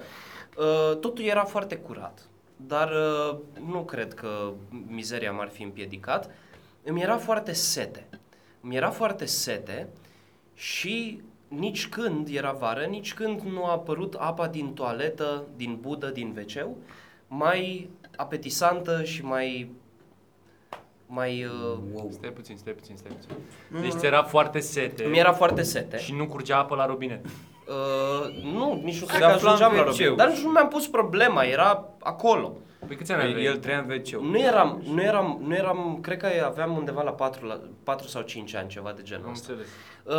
Speaker 6: uh, totul era foarte curat, dar uh, nu cred că mizeria m-ar fi împiedicat. Îmi era foarte sete. Mi era foarte sete și nici când era vară, nici când nu a apărut apa din toaletă, din budă, din wc mai apetisantă și mai mai uh,
Speaker 1: Stai puțin, stai puțin, stai puțin. Deci ți era foarte sete
Speaker 6: mi era foarte sete.
Speaker 1: și nu curgea apă la robinet.
Speaker 6: Uh, nu, nici nu
Speaker 3: Se
Speaker 6: cred că
Speaker 3: afla în
Speaker 6: ajungeam la
Speaker 3: WC-ul.
Speaker 6: robinet. Dar nici nu mi-am pus problema, era acolo.
Speaker 1: Păi câți ani aveai?
Speaker 3: El trăia în wc
Speaker 6: Nu eram, nu eram, nu eram, cred că aveam undeva la 4, la 4 sau 5 ani, ceva de genul
Speaker 1: Am
Speaker 6: ăsta.
Speaker 1: înțeles.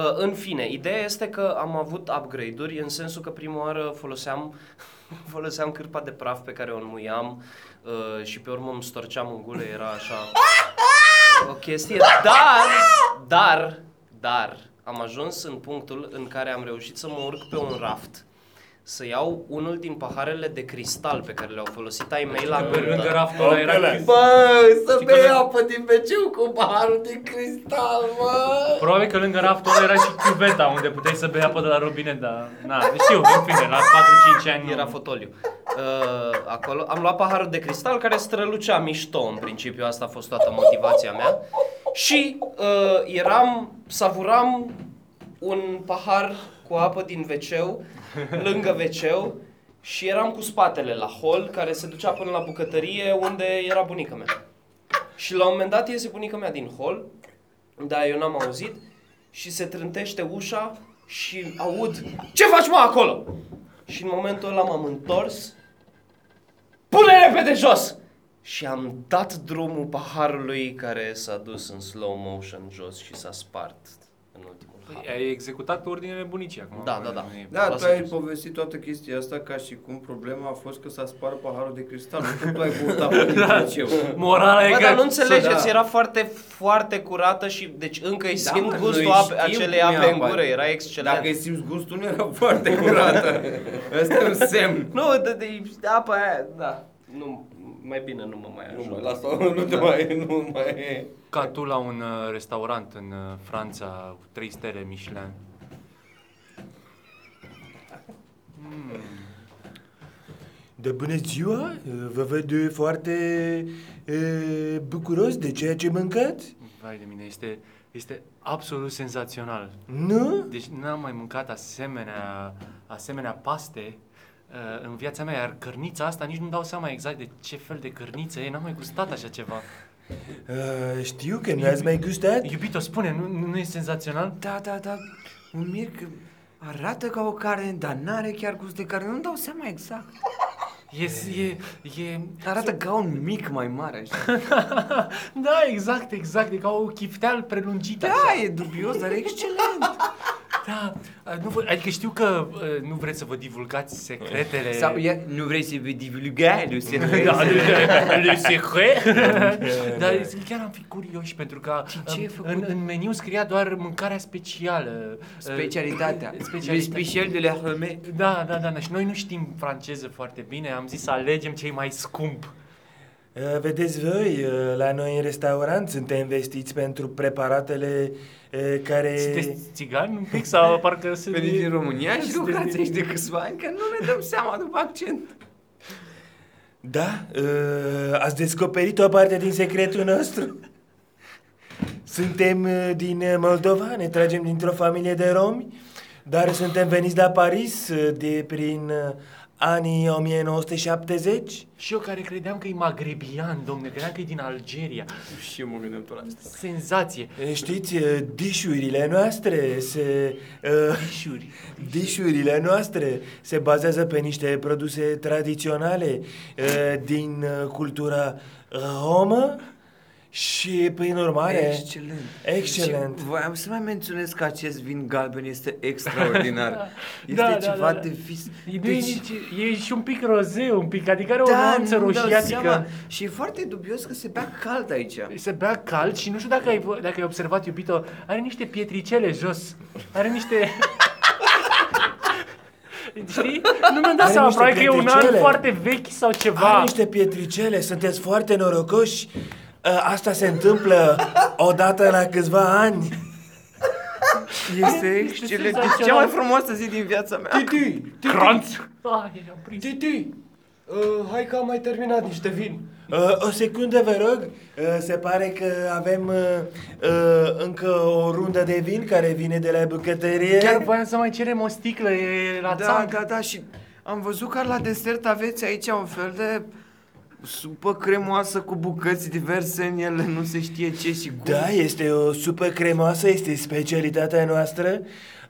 Speaker 6: Uh, în fine, ideea este că am avut upgrade-uri în sensul că prima oară foloseam, foloseam cârpa de praf pe care o înmuiam uh, și pe urmă îmi storceam în gură, era așa o chestie, dar, dar, dar am ajuns în punctul în care am reușit să mă urc pe un raft să iau unul din paharele de cristal pe care le-au folosit ai mei la
Speaker 1: Pe lângă
Speaker 6: nuntă.
Speaker 1: raftul ăla era...
Speaker 4: Bă, să
Speaker 1: Știi că
Speaker 4: bei
Speaker 1: noi-
Speaker 4: apă din wc cu paharul de cristal, mă!
Speaker 1: Probabil că lângă raftul ăla era și cuveta unde puteai să bei apă de la robinet, dar... Na, știu, în fine, la 4-5 ani
Speaker 6: Era fotoliu. Uh, acolo am luat paharul de cristal care strălucea mișto în principiu, asta a fost toată motivația mea. Și uh, eram, savuram un pahar cu apă din wc lângă wc și eram cu spatele la hol care se ducea până la bucătărie unde era bunica mea. Și la un moment dat iese bunica mea din hol, dar eu n-am auzit, și se trântește ușa și aud Ce faci mă acolo? Și în momentul ăla m-am întors Pune repede jos! Și am dat drumul paharului care s-a dus în slow motion jos și s-a spart în ultimul
Speaker 1: Păi,
Speaker 6: har.
Speaker 1: Ai executat ordinele bunicii acum.
Speaker 6: Da, da, da.
Speaker 1: Nu e-
Speaker 3: Da, tu
Speaker 6: Lasă
Speaker 3: ai
Speaker 6: jos.
Speaker 3: povestit toată chestia asta ca și cum problema a fost că s-a spart paharul de cristal, nu că tu ai băut apă din
Speaker 4: Da.
Speaker 3: wc
Speaker 1: Morala e
Speaker 6: Bă, dar nu
Speaker 1: că...
Speaker 6: înțelegeți,
Speaker 3: da.
Speaker 6: era foarte, foarte curată și deci încă îi
Speaker 3: Da,
Speaker 6: simt
Speaker 3: mă,
Speaker 6: gustul
Speaker 3: noi
Speaker 6: ape,
Speaker 3: știm
Speaker 6: acelei
Speaker 3: cum e
Speaker 6: ape în
Speaker 3: apa.
Speaker 6: gură, era excelent.
Speaker 3: Dacă îi simți gustul, nu era foarte curată. Asta e un semn.
Speaker 6: Nu, de, de, de apa aia, da. Nu, mai bine nu mă mai
Speaker 4: Nu
Speaker 6: ajung.
Speaker 4: mă, lasă nu te mai, nu mai e.
Speaker 1: Ca tu la un uh, restaurant în uh, Franța cu 3 stele Michelin. Mm.
Speaker 8: Hmm. De bună ziua, uh, vă văd foarte uh, bucuros de ceea ce mâncați.
Speaker 1: Vai de mine, este, este absolut senzațional.
Speaker 8: Nu?
Speaker 1: Deci n-am mai mâncat asemenea, asemenea paste uh, în viața mea, iar cărnița asta nici nu dau seama exact de ce fel de cărniță e, n-am mai gustat așa ceva.
Speaker 8: Uh, știu că nu ați mai gustat.
Speaker 1: Iubito, spune, nu, nu e senzațional?
Speaker 4: Da, da, da, un mir că arată ca o carne, dar n-are chiar gust de carne, nu-mi dau seama exact.
Speaker 1: E, e, e...
Speaker 4: Arată ca un mic mai mare așa.
Speaker 1: Da, exact, exact, e ca o chifteal prelungită.
Speaker 4: Da, e dubios, dar e excelent.
Speaker 1: da. Uh, Nu vă, adică știu că uh, nu vreți să vă divulgați secretele.
Speaker 4: Sau, ia, nu vrei să vei divulga, Lucien?
Speaker 1: Da, le secret. Dar chiar am fi curioși pentru că
Speaker 4: ce ai
Speaker 1: um,
Speaker 4: făcut?
Speaker 1: în, în meniu scria doar mâncarea specială.
Speaker 4: Specialitatea.
Speaker 1: Specialitatea.
Speaker 4: Le special de la Home.
Speaker 1: Da, da, da, da, și noi nu știm franceză foarte bine, am zis să alegem cei mai scump.
Speaker 8: Uh, vedeți voi, uh, la noi în restaurant suntem vestiți pentru preparatele uh, care...
Speaker 1: Sunteți țigan un pic sau parcă se...
Speaker 4: Veniți din România și
Speaker 1: Sunteți
Speaker 4: lucrați
Speaker 1: din-
Speaker 4: aici de câțiva ani, că nu ne dăm seama după accent.
Speaker 8: Da, uh, ați descoperit o parte din secretul nostru. Suntem uh, din uh, Moldova, ne tragem dintr-o familie de romi, dar suntem veniți la Paris uh, de prin uh, anii 1970.
Speaker 1: Și eu care credeam că e magrebian, domne, credeam că e din Algeria.
Speaker 4: Și eu mă gândeam tot la asta.
Speaker 1: Senzație.
Speaker 8: Uh, Știți, uh, dișurile noastre se... Uh,
Speaker 1: Șuri.
Speaker 8: Dișurile noastre se bazează pe niște produse tradiționale uh, din uh, cultura uh, romă și, prin urmare...
Speaker 4: Excelent.
Speaker 8: Excelent.
Speaker 4: Și voiam să mai menționez că acest vin galben este extraordinar. Este
Speaker 1: Da, da,
Speaker 4: ceva
Speaker 1: da, da.
Speaker 4: de vis.
Speaker 1: E, deci... e și un pic rozeu, un pic, adică are o
Speaker 4: da,
Speaker 1: nuanță
Speaker 4: nu-mi dau seama.
Speaker 1: roșiatică.
Speaker 4: Și e foarte dubios că se bea cald aici.
Speaker 1: Se bea cald și nu știu dacă ai, vă- dacă ai observat, iubito, are niște pietricele jos. Are niște... Știi? Nu mi-am dat
Speaker 8: Are
Speaker 1: seama,
Speaker 8: niște
Speaker 1: probabil că e un an
Speaker 8: pietricele.
Speaker 1: foarte vechi sau ceva.
Speaker 8: Are niște pietricele, sunteți foarte norocoși. A, Asta se întâmplă odată la câțiva ani.
Speaker 4: Este excelent.
Speaker 1: senzațional.
Speaker 4: E cea mai frumoasă zi din viața mea.
Speaker 1: Cranț! Ai, am prins.
Speaker 9: Titi, uh, hai că am mai terminat niște vin.
Speaker 8: A, Ă, O secundă, vă rog. A, Se pare că avem a, a, încă o rundă de vin care vine de la bucătărie.
Speaker 1: Chiar voiam să mai cerem o sticlă, e la
Speaker 4: Da,
Speaker 1: țanc.
Speaker 4: da, da. Și am văzut că la desert aveți aici un fel de supă cremoasă cu bucăți diverse în ele, nu se știe ce și cum.
Speaker 8: Da, este o supă cremoasă, este specialitatea noastră.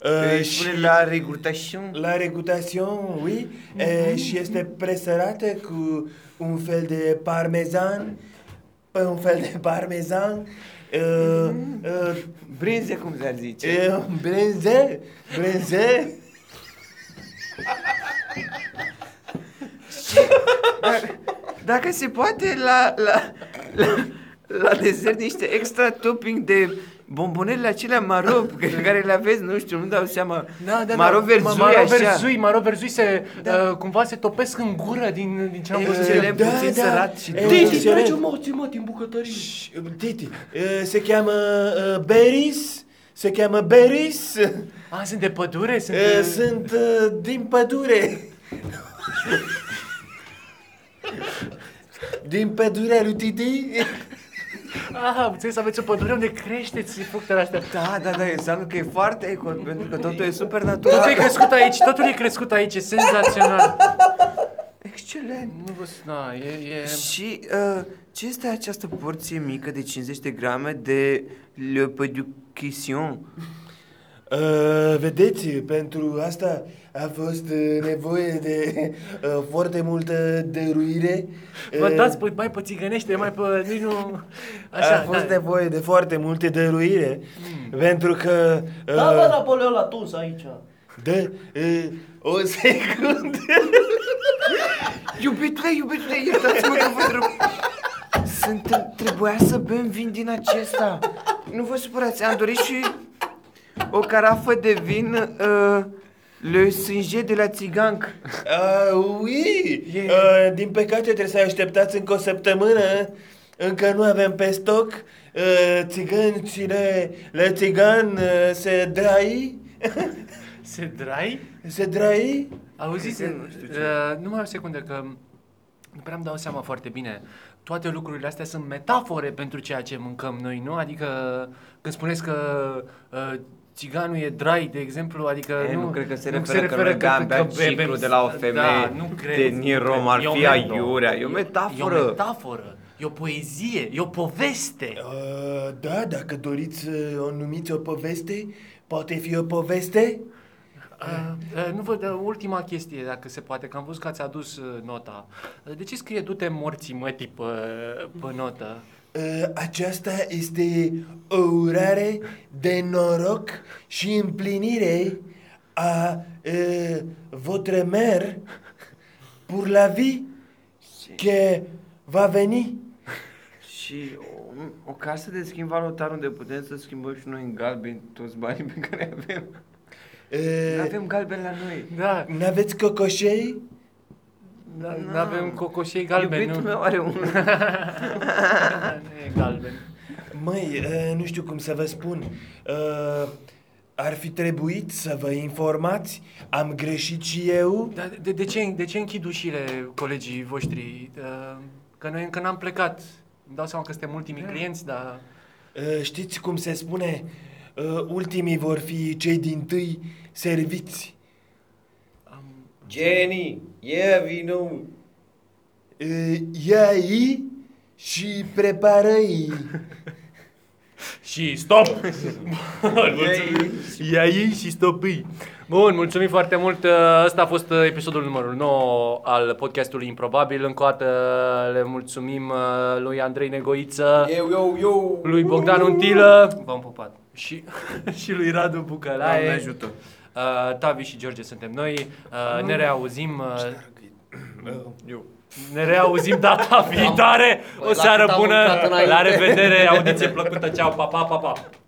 Speaker 8: A,
Speaker 9: Păi,
Speaker 4: Îi
Speaker 8: și
Speaker 4: Spune la regurtașion.
Speaker 8: la regutațion, oui,
Speaker 9: Mhm.
Speaker 8: e, și este presărată cu un fel de parmezan, pe un fel de parmezan, eh, e,
Speaker 9: Mhm.
Speaker 4: Brinze, cum se ar zice.
Speaker 8: e, e, brânze, brânze,
Speaker 4: Dacă se poate, la, la, la, la dezert niște extra topping de bombonele acelea maro pe
Speaker 1: Da.
Speaker 4: care le aveți, nu știu, nu dau seama.
Speaker 8: Da, da,
Speaker 4: maro
Speaker 8: da.
Speaker 4: verzui,
Speaker 1: Maro
Speaker 4: așa.
Speaker 1: verzui, maro verzui se, uh, cumva se topesc în gură din, din ce am
Speaker 8: eh,
Speaker 1: văzut. Da,
Speaker 4: Excelent. Cele
Speaker 8: da,
Speaker 4: puțin sărat și
Speaker 8: e,
Speaker 4: dulce. Titi,
Speaker 8: excelent.
Speaker 9: moție, mă, din bucătărie.
Speaker 8: Și, Titi, e, se cheamă e, Beris, se cheamă Beris,
Speaker 1: A, sunt de pădure? Sunt,
Speaker 8: E,
Speaker 1: de...
Speaker 8: sunt e, din pădure. Din pădurea lui Titi?
Speaker 1: Aha, am Ah, înțeles, aveți o pădure unde creșteți fructele astea.
Speaker 4: Da, da, da, înseamnă că e foarte eco, pentru că totul e super
Speaker 1: Totul e
Speaker 4: natural.
Speaker 1: crescut aici, totul e crescut aici, e senzațional.
Speaker 4: Excelent!
Speaker 1: Nu vă... Da, e... e...
Speaker 4: Și uh, ce este această porție mică de 50 de grame de le peduchision?
Speaker 8: Uh, vedeți, pentru asta a fost uh, nevoie de uh, foarte multă dăruire.
Speaker 1: Vă
Speaker 3: Ehm,
Speaker 8: Uh,
Speaker 1: dați, păi, mai pățigănește, mai pe... Nici nu... Așa,
Speaker 8: a fost
Speaker 1: da.
Speaker 8: nevoie de foarte multe dăruire, pentru că... Uh,
Speaker 9: Hmm. Da, bă, Napoleon la tus aici.
Speaker 8: dă, uh, o secundă.
Speaker 4: Iubitule, iubitule, iertați-mă că vă trebuie... Sunt, trebuia să bem vin din acesta. Nu vă supărați, am dorit și o carafă de vin uh, Le Singe de la Țiganc.
Speaker 8: Uh, ui, uh, din păcate trebuie să așteptați încă o săptămână. Încă nu avem pe stoc. Uh, țigani, cine le țigan uh, se drai,
Speaker 1: Se drai?
Speaker 8: se drai.
Speaker 1: Auziți,
Speaker 3: Creten, nu știu ce.
Speaker 1: uh, numai o secundă, că nu prea îmi dau seama foarte bine. Toate lucrurile astea sunt metafore pentru ceea ce mâncăm noi, nu? Adică când spuneți că uh, țiganul e drai, de exemplu, adică
Speaker 3: E,
Speaker 1: nu...
Speaker 3: nu cred că se
Speaker 1: nu
Speaker 3: referă că noi beam, beam ciclu de la o femeie
Speaker 1: da, nu cred,
Speaker 3: de
Speaker 1: nu
Speaker 3: Niro,
Speaker 1: cred.
Speaker 3: ar
Speaker 1: E o
Speaker 3: fi
Speaker 1: meta-
Speaker 3: aiurea, e o
Speaker 1: e-
Speaker 3: metaforă.
Speaker 1: E o metaforă, e o poezie, e o poveste.
Speaker 8: Uh, da, dacă doriți uh, o numiți o poveste, poate fi o poveste?
Speaker 1: Uh, uh, nu văd, uh, ultima chestie, dacă se poate, că am văzut că ați adus uh, nota. Uh, De ce scrie du-te morții mătii pe, pe notă?
Speaker 8: Uh, aceasta este o urare de noroc și împlinire a uh, votre mère pour la vie que va veni.
Speaker 3: Și o, o casă de schimb valutar unde putem să schimbăm și noi în galben toți banii pe care avem. Nu
Speaker 8: Uh,
Speaker 3: avem galben la noi.
Speaker 1: Da,
Speaker 8: N-aveți cocoșei?
Speaker 1: nu avem cocoșei da, galbeni, nu? Da,
Speaker 3: Iubitul meu are un...
Speaker 1: nu e galben.
Speaker 8: Măi, uh, nu știu cum să vă spun. Uh, ar fi trebuit să vă informați. Am greșit și eu.
Speaker 1: Dar Da, de, de, ce, de ce închid ușile colegii voștri? Uh, Că noi încă n-am plecat. Îmi dau seama că suntem ultimii clienți, dar...
Speaker 8: Uh, știți cum se spune? Uh, ultimii vor fi cei din tâi serviți.
Speaker 4: Jenny, e vinu.
Speaker 8: Uh, ia-i și prepară-i.
Speaker 1: Și stop! Ia ei și stopii. Bun, mulțumim foarte mult. Ăsta a fost uh, episodul numărul 9 al podcastului Improbabil. Încă o dată le mulțumim uh, lui Andrei Negoiță,
Speaker 4: Eu, eu, eu.
Speaker 1: lui Bogdan Untilă
Speaker 6: V-am pupat.
Speaker 1: și, și lui Radu Bucălae.
Speaker 3: Doamne ajută.
Speaker 1: Uh, Tavi și George suntem noi. Uh, ne reauzim... Uh,
Speaker 7: Eu.
Speaker 1: ne reauzim data viitoare. O
Speaker 5: Păi, da. la
Speaker 1: seară
Speaker 5: cât am
Speaker 1: bună.
Speaker 5: mâncat înainte.
Speaker 1: La revedere. Audiție plăcută. Ceau. Pa, pa, pa, pa.